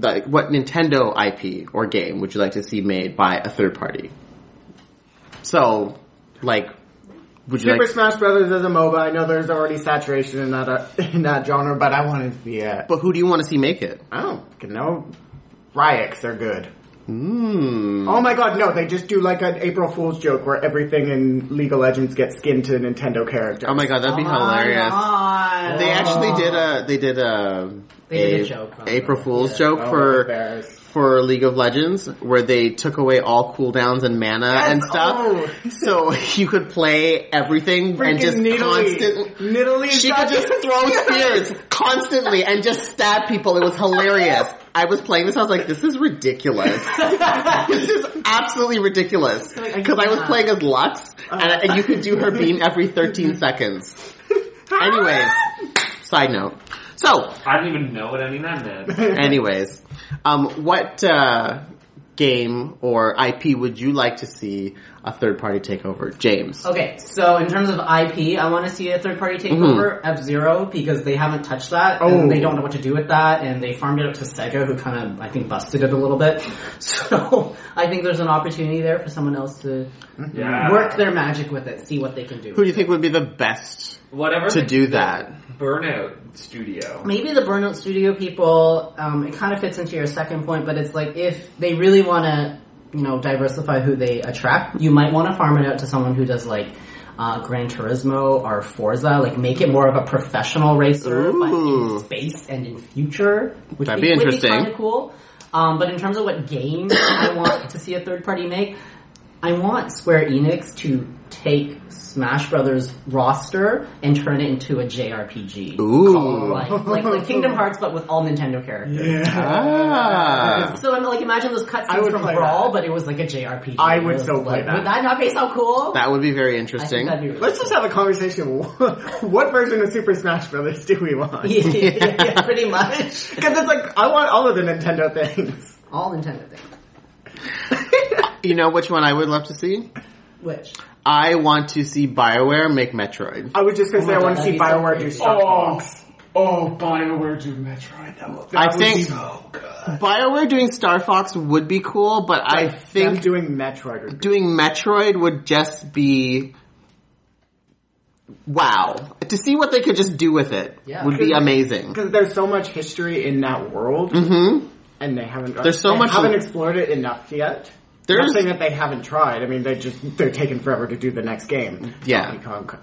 like, what Nintendo IP or game would you like to see made by a third party? So, like, would you Super like, Smash Brothers is a MOBA. I know there's already saturation in that uh, in that genre, but I want to see it. but who do you want to see make it? I don't fucking know. Ryox are good. Hmm. Oh my god, no! They just do like an April Fool's joke where everything in League of Legends gets skinned to a Nintendo character. Oh my god, that'd be hilarious. God. They actually did a, they did a, They did a joke on April it. Fool's Yeah. joke Oh, for, there's- for League of Legends where they took away all cooldowns and mana and stuff. oh. So you could play everything freaking and just Nidalee. constantly. Nidalee She got could just this- throw spears constantly and just stab people. It was hilarious. I was playing this, I was like, this is ridiculous. this is absolutely ridiculous. Because I was playing as Lux, and, and you could do her beam every 13 seconds. Anyways, side note. So, I don't even know what any of that meant. Anyways, um, what uh, game or IP would you like to see a third party take over? James. Okay, so in terms of IP, I want to see a third party Mm-hmm. take over F Zero because they haven't touched that Oh. and they don't know what to do with that, and they farmed it out to Sega, who kind of I think busted it a little bit. So I think there's an opportunity there for someone else to Yeah. work their magic with it, see what they can do. Who do you think would be the best Whatever to the- do that? Burnout Studio. Maybe the Burnout Studio people. Um, it kind of fits into your second point, but it's like if they really want to, you know, diversify who they attract, you might want to farm it out to someone who does like. Uh, Gran Turismo or Forza, like make it more of a professional racer, but Ooh. in space and in future, which That'd would- be would interesting. kinda cool. Um, but in terms of what game I want to see a third party make, I want Square Enix to take Smash Brothers roster and turn it into a JRPG. Ooh. called, like, like, like Kingdom Hearts, but with all Nintendo characters. Ah. So I'm like, imagine those I cutscenes would from play Brawl, but it was like a JRPG. I It would was so play like, that. Would that not be so cool? That would be very I think interesting. that'd be really Let's just have a conversation. what version of Super Smash Brothers do we want? yeah, yeah, yeah, pretty much Because it's like I want all of the Nintendo things. all Nintendo things. You know which one I would love to see? Which I want to see BioWare make Metroid. I was just gonna say I want to That'd be see so Bioware do great. Star oh, Bioware do Metroid. That will I think BioWare doing Star Fox would be cool, but I Them think doing Metroid. Would doing Metroid would just be wow. To see what they could just do with it Yeah. would be amazing. because there's so much history in that world, hmm and they haven't. There's so they much- Haven't explored it enough yet. There's Nothing that they haven't tried. I mean, they just they're taking forever to do the next game. Yeah. Donkey Kong.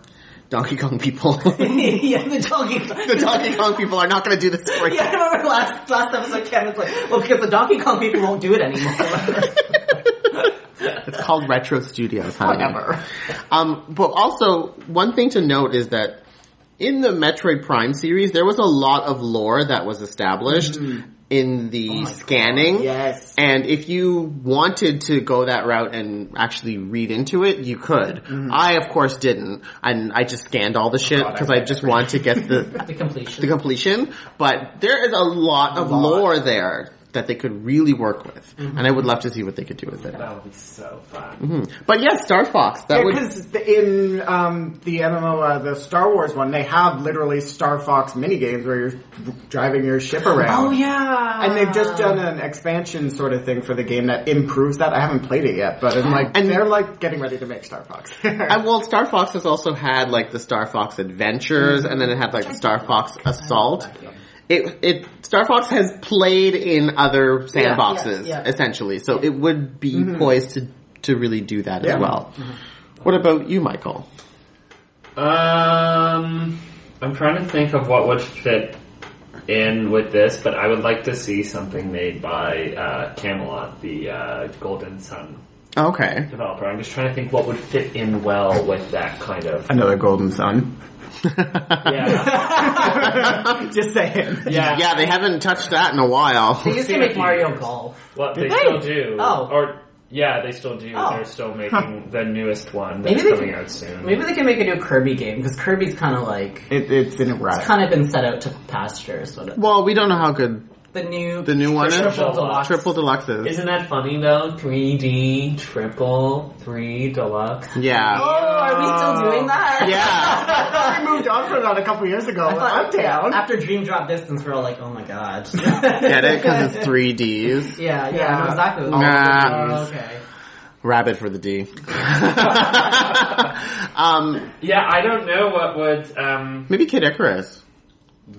Donkey Kong people. the yeah, the Donkey Kong. Donkey Kong people are not going to do this for you. Yeah, I remember last last episode Kevin's like, well, because the Donkey Kong people won't do it anymore. It's called Retro Studios, honey. Whatever. Um, but also, one thing to note is that in the Metroid Prime series, there was a lot of lore that was established Mm-hmm. in Oh the scanning. Yes. And if you wanted to go that route and actually read into it, you could. I, of course, didn't. And I just scanned all the shit because Mm-hmm. Oh, I just wanted to get the, the completion. the completion. But there is a lot Mm-hmm. of lore there that they could really work with. And I would love to see what they could do with it. That would be so fun. But yes, Star Fox. That would Because in um, the MMO, uh, the Star Wars one, they have literally Star Fox minigames where you're driving your ship around. Oh yeah. And they've just done an expansion sort of thing for the game that improves that. I haven't played it yet, but I'm like, And- and they're like getting ready to make Star Fox. And well, Star Fox has also had like the Star Fox Adventures, and then it had like the Star Fox Assault. It it Star Fox has played in other sandboxes yeah, yeah. essentially, so it would be Mm-hmm. poised to to really do that as Yeah. well. Mm-hmm. What about you, Michael? Um, I'm trying to think of what would fit in with this, but I would like to see something made by uh, Camelot, the uh, Golden Sun Okay, developer. I'm just trying to think what would fit in well with that kind of. Another Golden Sun. Yeah, Just saying. yeah. yeah, they haven't touched that in a while. They used to make Mario Golf. Well, they Did they? still do. Oh. Or yeah, they still do. Oh. They're still making the newest one Maybe that's they coming can- out soon. Maybe they can make a new Kirby game because Kirby's kind of like It, it's in a it's rush. kind of been set out to pasture, sort of. Well, we don't know how good The new the new one is. Triple Deluxe. Triple Deluxe is. Isn't that funny though? 3D triple three deluxe. Oh, Yeah, are we still doing that? yeah. I moved on from that a couple years ago. I thought- I'm down. yeah, After Dream Drop Distance, we're all like, oh my god. Get it because it's three Ds. Yeah, yeah, I know exactly. What Nah. Oh, okay. Rabbit for the D. um, Yeah, I don't know what would. Um, maybe Kid Icarus.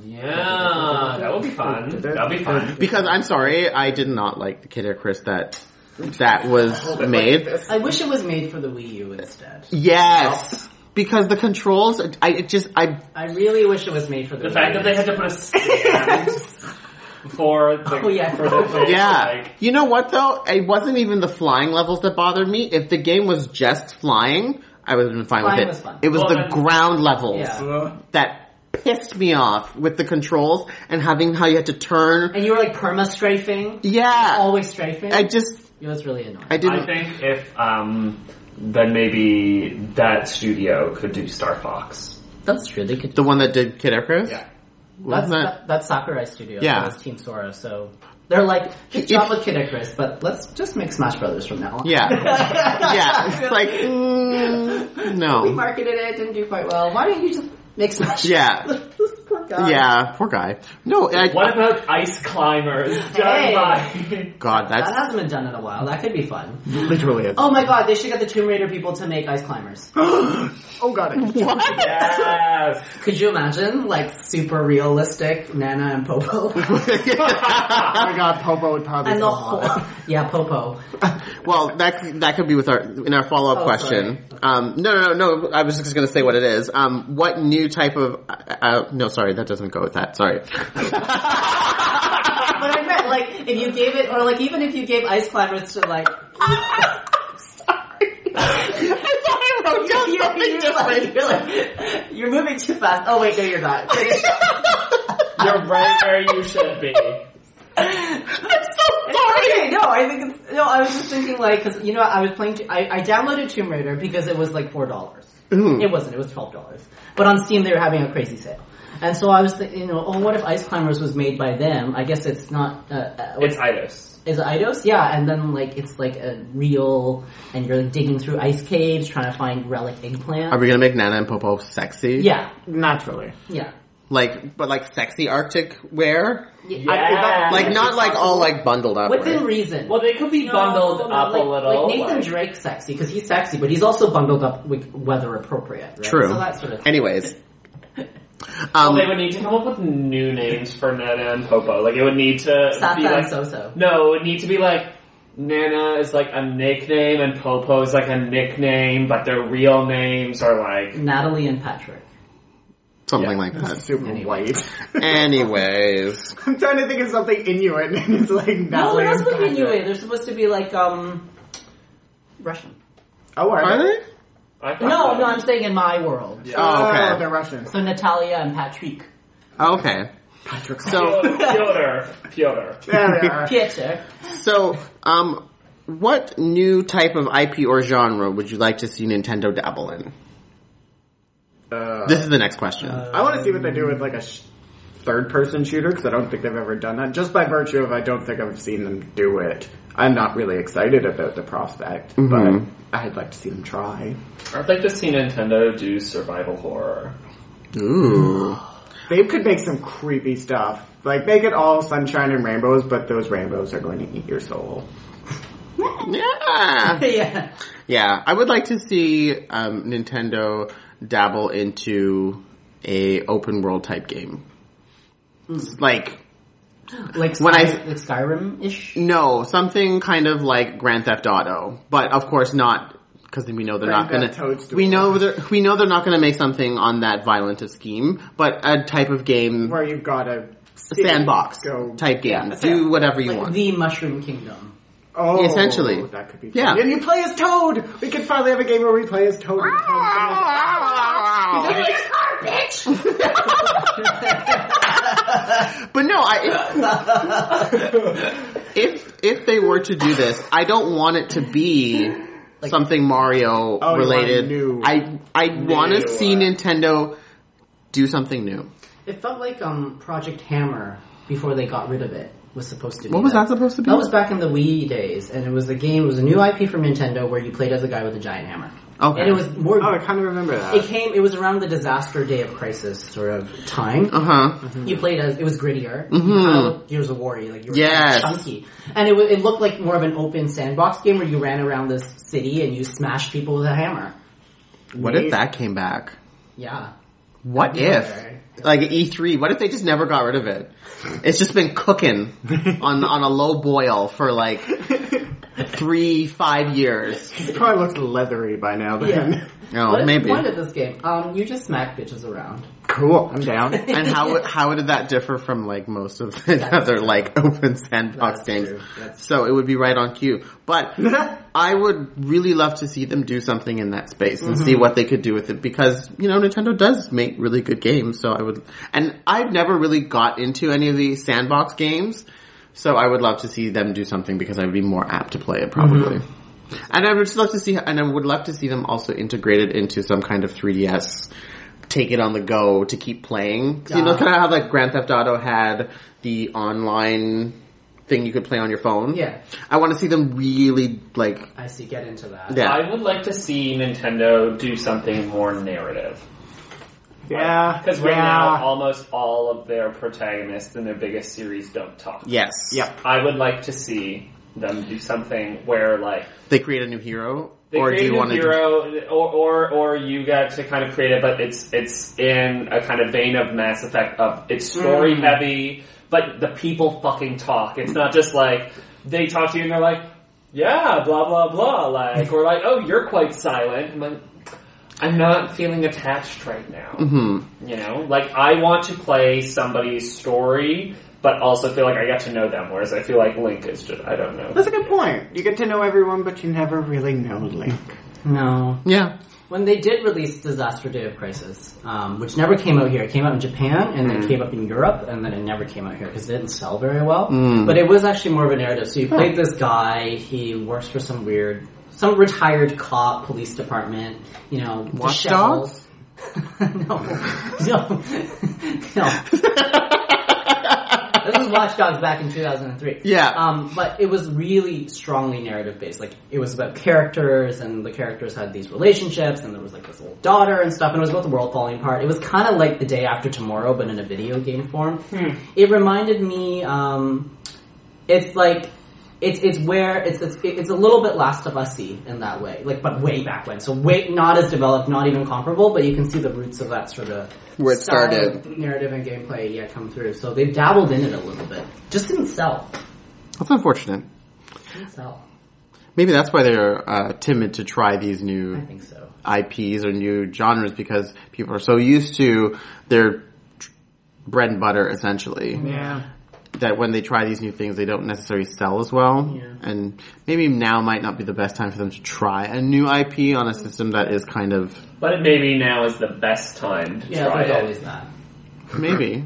yeah, that would be fun. That'll be fun. Because I'm sorry, I did not like the Kid Icarus that that was made. I wish it was made for the Wii U instead. Yes, because the controls, I it just I I really wish it was made for the, Wii The fact U. that they had to put a stand for the Oh, yeah. for the thing, yeah. like, You know what though? It wasn't even the flying levels that bothered me. If the game was just flying, I would have been fine Flying with was it. fun. It was Well, the then- ground levels Yeah. that pissed me off with the controls and having how you had to turn. And you were like perma strafing, Yeah, always strafing. I just it was really annoying. I I didn't. think if um, then maybe that studio could do Star Fox. that's true. They could. The one that did Kid Icarus. Yeah. wasn't That's that? that, that's Sakurai Studio. Yeah. That was Team Sora. So they're like, good If- job with Kid Icarus, but let's just make Smash Brothers from now on. Yeah, yeah. It's like mm, no. We marketed it, didn't do quite well. Why don't you just make Smash? Yeah. Brothers? Poor guy. Yeah, poor guy. No, I, What about Ice Climbers? Done Hey. by- oh God, That that's hasn't been done in a while. That could be fun. Mm-hmm. Literally is. Oh my god, they should get the Tomb Raider people to make Ice Climbers. Oh god. what? yes. Could you imagine? Like, super realistic Nana and Popo. Oh my god, Popo would probably and be the so whole. hot. Yeah, Popo. well, that that could be with our in our follow up Oh, question. Um, no, no, no, no. I was just going to say what it is. Um, what new type of? Uh, uh, no, sorry, that doesn't go with that. Sorry. But I meant, like, if you gave it, or like, even if you gave Ice Climbers to, like, I wrote down you're, something you're, like, different. you're like, you're moving too fast. Oh wait, no, you're not. Finish up. You're right where you should be. okay, no, I think it's, no, I was just thinking, like, cause, you know, I was playing, I, I downloaded Tomb Raider because it was, like, four dollars. It wasn't, it was twelve dollars. But on Steam, they were having a crazy sale. And so I was thinking, you know, oh, what if Ice Climbers was made by them? I guess it's not, uh, uh, It's Idos. is it Eidos? Yeah, and then like it's like a real, and you're like digging through ice caves trying to find relic eggplants. Are we going to make Nana and Popo sexy? yeah, Naturally. yeah. Like, but like sexy Arctic wear. Yeah. Yeah. Like not like all like bundled up. Within right? reason. Well, they could be No, bundled no, no, up like- a little. Like Nathan like- Drake's sexy because he's sexy, but he's also bundled up with weather appropriate. Right? True. So that sort of thing. Anyways. Well, Um, they would need to come up with new names for Nana and Popo. Like it would need to Sasa be like and Soso. no, it would need to be like Nana is like a nickname and Popo is like a nickname, but their real names are like Natalie and Patrick. Something like that. Super white. Anyways, I'm trying to think of something Inuit, and it's like No, Natalie they're not and supposed to be Patrick. Inuit. They're supposed to be like um Russian. Oh, are, are they? they? I thought No, that- no, I'm saying in my world. Oh, okay. they're Russians. So Natalia and Patrick. Okay. Patrick. So Piotr, Piotr. yeah, they are. Pieter. so um, what new type of IP or genre would you like to see Nintendo dabble in? Uh, This is the next question. I want to see what they do with like a sh- third-person shooter because I don't think they've ever done that. Just by virtue of I don't think I've seen them do it. I'm not really excited about the prospect, Mhm. but I'd like to see them try. I'd like to see Nintendo do survival horror. Ooh. They could make some creepy stuff. Like make it all sunshine and rainbows, but those rainbows are going to eat your soul. Yeah. yeah. Yeah, I would like to see um, Nintendo dabble into a open world type game. It's Like Like When I- Sky- like Skyrim ish. no, something kind of like Grand Theft Auto, but of course not because we know they're Grand not Theft going to. Toadstool. We know they're we know they're not going to make something on that violent of scheme, but a type of game, Where you've got a city sandbox Go. type game. Yeah, Do whatever you Like want. the Mushroom Kingdom. Oh, Essentially. that could be. Fun. Yeah. and you play as Toad. We could finally have a game where we play as Toad. And Ah. Toad. But no, I if, if if they were to do this, I don't want it to be something Mario Oh, you want related. new- I I want New, to see uh, Nintendo do something new. It felt like um Project Hammer before they got rid of it was supposed to be. What was that supposed to be? That was back in the Wii days, and it was a game. It was a new IP from Nintendo where you played as a guy with a giant hammer. Okay. And it was more. Oh, I kind of remember that. It came. It was around the disaster day of crisis sort of time. uh huh. You played as it was grittier. Mhm. Uh, Gears of War, you, like you were Yes. kind of chunky, and it wa- it looked like more of an open sandbox game where you ran around this city and you smashed people with a hammer. What if that came back? Yeah. What if? Alright. Like E three, what if they just never got rid of it? It's just been cooking on on a low boil for like three five years. It probably looks leathery by now. Then. Yeah. No, what is Oh, maybe. the point of this game? Um, you just smack bitches around. Cool. I'm down. And how would- how did that differ from like most of the other like open sandbox That's games? true. That's- So it would be right on cue. But I would really love to see them do something in that space and Mm-hmm. see what they could do with it because you know Nintendo does make really good games. So I would, and I've never really got into any of the sandbox games. So I would love to see them do something because I would be more apt to play it probably. Mm-hmm. And I would just love to see, and I would love to see them also integrated into some kind of 3DS. Take it on the go to keep playing. 'Cause You know, Yeah. kind of how like Grand Theft Auto had the online thing you could play on your phone. Yeah. I want to see them really like I see. Get into that. yeah. I would like to see Nintendo do something more narrative. Yeah. Because right yeah. now, almost all of their protagonists in their biggest series don't talk. yes. Yep. I would like to see them do something where, like, They create a new hero, they or do create you a want new to? hero, or, or or you got to kind of create it, but it's it's in a kind of vein of Mass Effect of it's story heavy, but the people fucking talk. It's not just like they talk to you and they're like, yeah, blah blah blah, like or like, oh, you're quite silent. I'm like, I'm not feeling attached right now. Mhm. You know, like I want to play somebody's story, but also feel like I got to know them. Whereas I feel like Link is just I don't know. That's a good point. You get to know everyone, but you never really know Link. No. Yeah. When they did release Disaster Day of Crisis, um, which never came out here, it came out in Japan and Mm. then it came up in Europe and then it never came out here because it didn't sell very well. Mm. But it was actually more of a narrative. So you played this guy, he works for some weird, some retired cop, police department, you know, disheveled. Watchdogs? no, no, no. this was Watch Dogs back in 2003. Yeah. Um, but it was really strongly narrative based. Like, it was about characters, and the characters had these relationships, and there was like this little daughter and stuff, and it was about the world falling apart. It was kind of like The Day After Tomorrow, but in a video game form. It reminded me, um, it's like, it's, it's where it's, it's it's a little bit Last of Us in that way, like but way back when. So way not as developed, not even comparable, but you can see the roots of that sort of Where it style started. of narrative and gameplay yeah come through. So they've dabbled in it a little bit. Just didn't sell. That's unfortunate. think so. Maybe that's why they're uh, timid to try these I new think so. IPs or new genres because people are so used to their tr- bread and butter essentially Yeah. that when they try these new things they don't necessarily sell as well. And maybe now might not be the best time for them to try a new IP on a system that is kind of But maybe now is the best time to Yeah, try there's it. always that. maybe.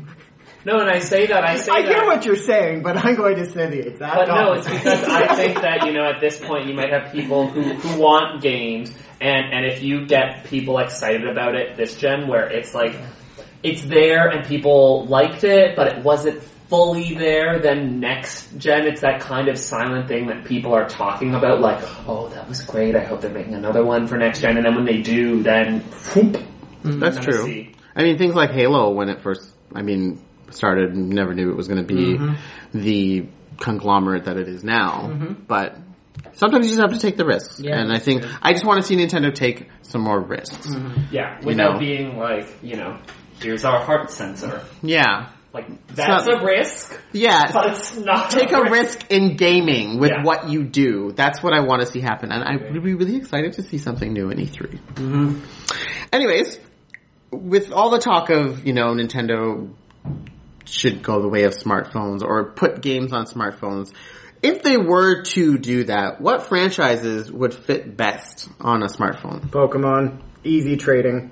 No, and I say that I say I that. hear what you're saying, but I'm going to say the exact But no, it's opposite. because I think that, you know, at this point you might have people who, who want games and, and if you get people excited about it this gen where it's like it's there and people liked it, but it wasn't fully there, then next gen it's that kind of silent thing that people are talking about, like, oh that was great, I hope they're making another one for next gen and then when they do then whoop, That's I true. see. I mean, things like Halo when it first, I mean, started, never knew it was going to be the conglomerate that it is now. But sometimes you just have to take the risks. Yeah, and I think, I just want to see Nintendo take some more risks. yeah, You without know. being like, you know, here's our heart sensor. Yeah. Like that's So- a risk, Yeah. but it's not take a risk in gaming with Yeah. what you do. That's what I want to see happen, and I would be really excited to see something new in E3. Mm-hmm. Anyways, with all the talk of you know Nintendo should go the way of smartphones or put games on smartphones. If they were to do that, what franchises would fit best on a smartphone? Pokemon, easy trading.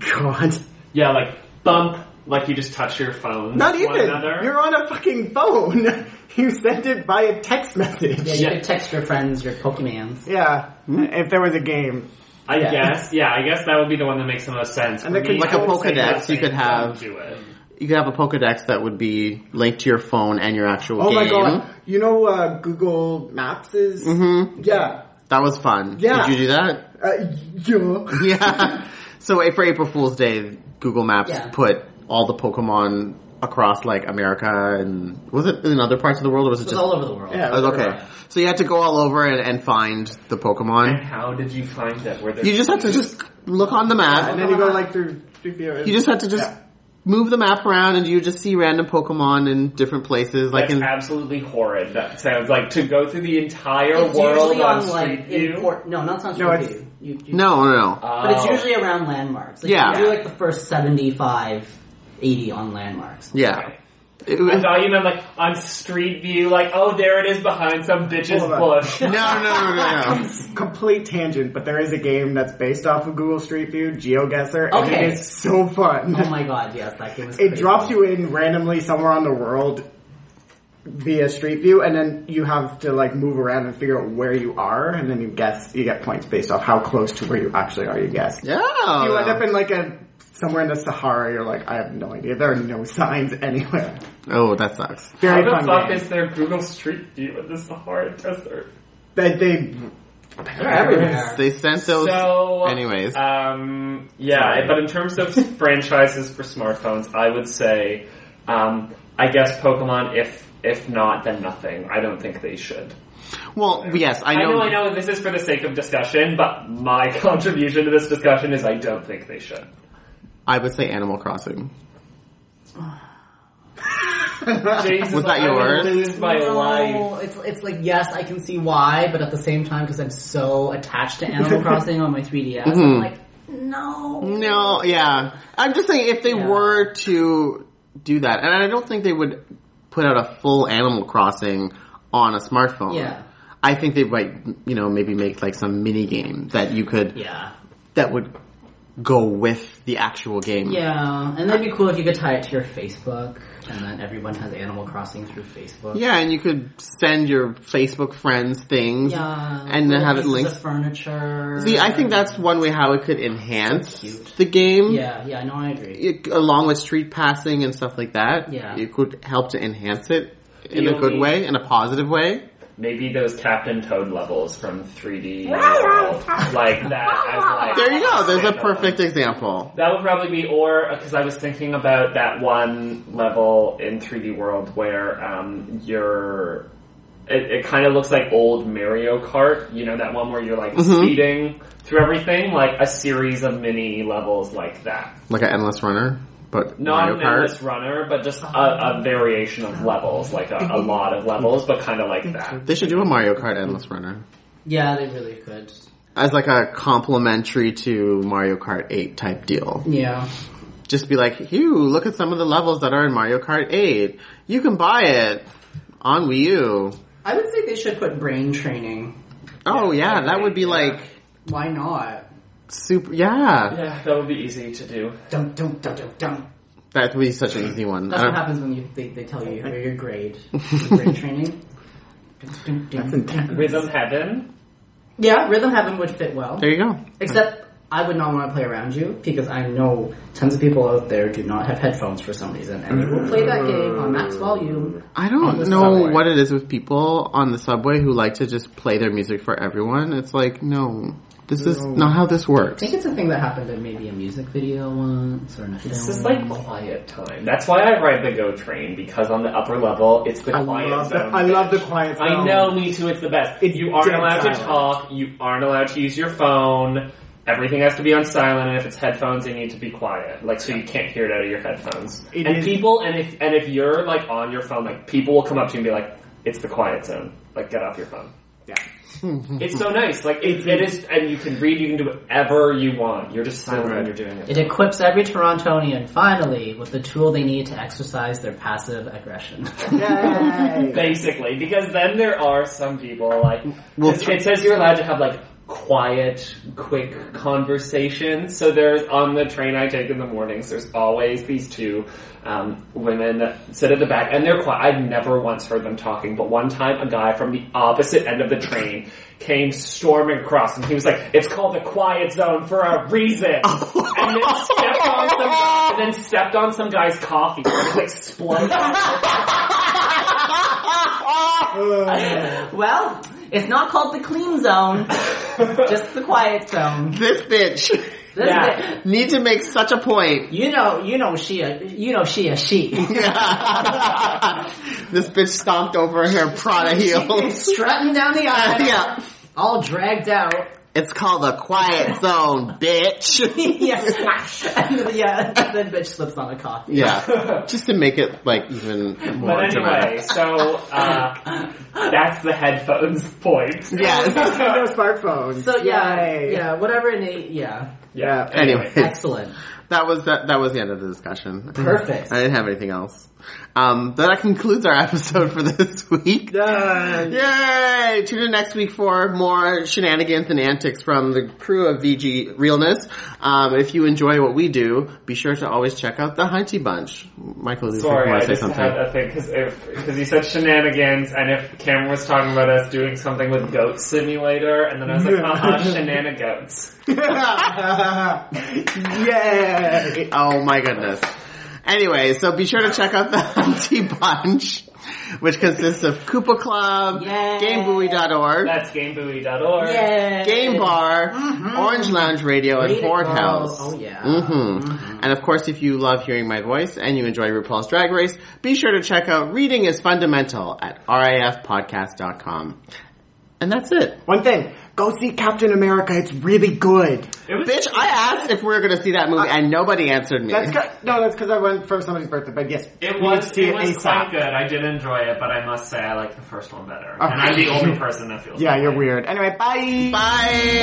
God. Yeah, like bump, like you just touch your phone. Not with even. One another. You're on a fucking phone. You sent it by a text message. Yeah, you Yeah. could text your friends your Pokemans. Yeah, if there was a game. I Yeah. guess. Yeah, I guess that would be the one that makes the most sense. And For it could- me, like a I would say Pokedex, that's you a could don't have- do it. You could have a Pokedex that would be linked to your phone and your actual Oh game. my god. You know uh, Google Maps is? Mhm. Yeah. That was fun. Yeah. Did you do that? Uh, yeah. Yeah. So eh, for April Fool's Day, Google Maps Yeah. put all the Pokemon across like America and was it in other parts of the world or was it, It was just all over the world. Yeah. it was okay. Right. So you had to go all over and, and find the And Pokemon. how did you find that? Where You just had to just look on the And map. then you go like through. through You just had to just Yeah. move the map around and you just see random Pokemon in different places. Like That's in absolutely horrid. That sounds like to go through the entire It's world usually on on Street like View. import. No, not on Street No, it's- View. You, you, no, no, no. but it's Oh. usually around landmarks. Like, Yeah. you do like the first 75, 80 on landmarks. Yeah. It I was- thought you meant like on Street View, like oh there it is behind some bitch's Hold on. bush. no, no, no, no, no. complete tangent, but there is a game that's based off of Google Street View, GeoGuessr, and Okay. it is so fun. Oh my god, yes, that game was. it crazy. drops you in randomly somewhere on the world via Street View, and then you have to like move around and figure out where you are, and then you guess you get points based off how close to where you actually are. You guess. Yeah. You end Uh, up in like a somewhere in the Sahara. You're like, I have no idea. There are no signs anywhere. oh, that sucks. Very How the fun fuck game. is there Google Street View in the Sahara Desert? they, they They're everywhere. They sent those. uh, So, anyways. um, yeah. Sorry. But in terms of franchises for smartphones, I would say, um, I guess Pokemon. If if not, then nothing. I don't think they should. Well, yes, I I know, know. I know, this is for the sake of discussion, but my contribution to this discussion is I don't think they should. I would say Animal Crossing. Jesus, Was that I would yours? lose my no, life. It's it's like yes, I can see why, but at the same time, because I'm so attached to Animal Crossing on my 3DS, Mm-hmm. I'm like, no. No, yeah. I'm just saying if they Yeah. were to do that, and I don't think they would put out a full Animal Crossing on a smartphone. Yeah. I think they might, you know, maybe make like some mini game that you could, Yeah, that would go with the actual game. yeah, and that'd be cool if you could tie it to your Facebook, and then everyone has Animal Crossing through Facebook. Yeah, and you could send your Facebook friends things. Yeah, And then have it pieces linked- of furniture. See, I think that's one way how it could enhance cute. the game. Yeah, yeah, no, I agree. it, along with street passing and stuff like that, Yeah. it could help to enhance it in The a good only- way, in a positive way. Maybe those Captain Toad levels from 3D World, like that. As like There you go. There's a standalone. perfect example. That would probably be, or because I was thinking about that one level in 3D World where um, you're. It, it kind of looks like old Mario Kart, you know, that one where you're like Mm-hmm. speeding through everything, like a series of mini levels like that. Like an endless runner. but Not Mario an Kart. endless runner, but just a, a variation of levels, like a, a lot of levels, but kind of like that. They should do a Mario Kart Endless Runner Yeah, they really could. as like a complimentary to Mario Kart 8 type deal. Yeah. Just be like, "Hugh, look at some of the levels that are in Mario Kart 8. You can buy it on Wii U." I would say they should put brain training. Oh Yeah, yeah, like, that would be yeah. like Why not? super. Yeah, Yeah, that would be easy to do. Dum dum dum dum dum. that would be such an easy one. That's I what don't- happens when you they, they tell you your your grade. brain training. Dum, dum, dum, That's intense. dum. Rhythm Heaven. Yeah, rhythm heaven would fit well. there you go. Except I would not want to play around you because I know tons of people out there do not have headphones for some reason and they will play that game on max volume. I on the don't know subway. what it is with people on the subway who like to just play their music for everyone. It's like, no, this is not how this I works. think it's a thing that happened in maybe a music video once or in a film. This is like quiet time. That's why I ride the Go train because on the upper level, it's the I quiet love the, zone. I love the bitch. quiet zone. I know, me too. It's the best. It's you aren't dead allowed to silent. talk. You aren't allowed to use your phone. Everything has to be on silent, and if it's headphones, they need to be quiet, like so you can't hear it out of your headphones. It and is- people, and if and if you're like on your phone, like people will come up to you and be like, "It's the quiet zone. Like, get off your phone." Yeah. It's so nice. Like it, it is, and you can read. You can do whatever you want. You're just silent when you're doing it. It equips every Torontonian, finally, with the tool they need to exercise their passive aggression. Yay. Basically, because then there are some people like Well, 'cause it says you're allowed to have like quiet, quick conversations. So there's on the train I take in the mornings. There's always these two um, women that sit at the back, and they're quiet. I've never once heard them talking, but one time a guy from the opposite end of the train came storming across, and he was like, "It's called the quiet zone for a reason." and then stepped on some, and then stepped on some guy's coffee, and it like exploded. well, it's not called the clean zone, just the quiet zone. This bitch This is Yeah. it. needs to make such a point. You know, you know she a, you know she a she. this bitch stomped over her Prada heels. Strutting down the aisle, yeah. all dragged out. It's called the quiet zone, bitch. yeah, yeah. Then bitch slips on a coffee. yeah. Just to make it like even more But anyway, dramatic. so uh, that's the headphones point. Yes. no smartphones. So yeah, Yay. yeah. Whatever innate, yeah. Yeah. Anyway. Excellent. That was that. That was the end of the discussion. Perfect. I didn't have anything else. Um, but that concludes our episode for this week. Done. Yay! Tune in next week for more shenanigans and antics from the crew of VG Realness. Um, if you enjoy what we do, be sure to always check out the Hunty Bunch. Michael, you Sorry, want to I say just something? had a thing because you said shenanigans, and if Cameron was talking about us doing something with Goat Simulator, and then I was like, uh-huh, shenanigans. Yay. Oh my goodness. Anyway, so be sure to check out the Hunty Bunch, which consists of Koopa Club, Yay. GameBuoy.org, That's GameBuoy.org. Yeah. Game Bar, Orange Lounge Radio, and Way to go. House. Oh yeah. hmm And of course, if you love hearing my voice and you enjoy RuPaul's Drag Race, be sure to check out Reading is Fundamental at rafpodcast.com. And that's it. One thing. Go see Captain America. It's really good. It was Bitch, I asked if we were going to see that movie and nobody answered me. That's ca- no. That's because I went for somebody's birthday. But yes, It you need was to see it was ASAP. quite good. I did enjoy it, but I must say I like the first one better. Oh. And I'm the only person that feels Yeah, that you're way. weird. Anyway, bye. Bye.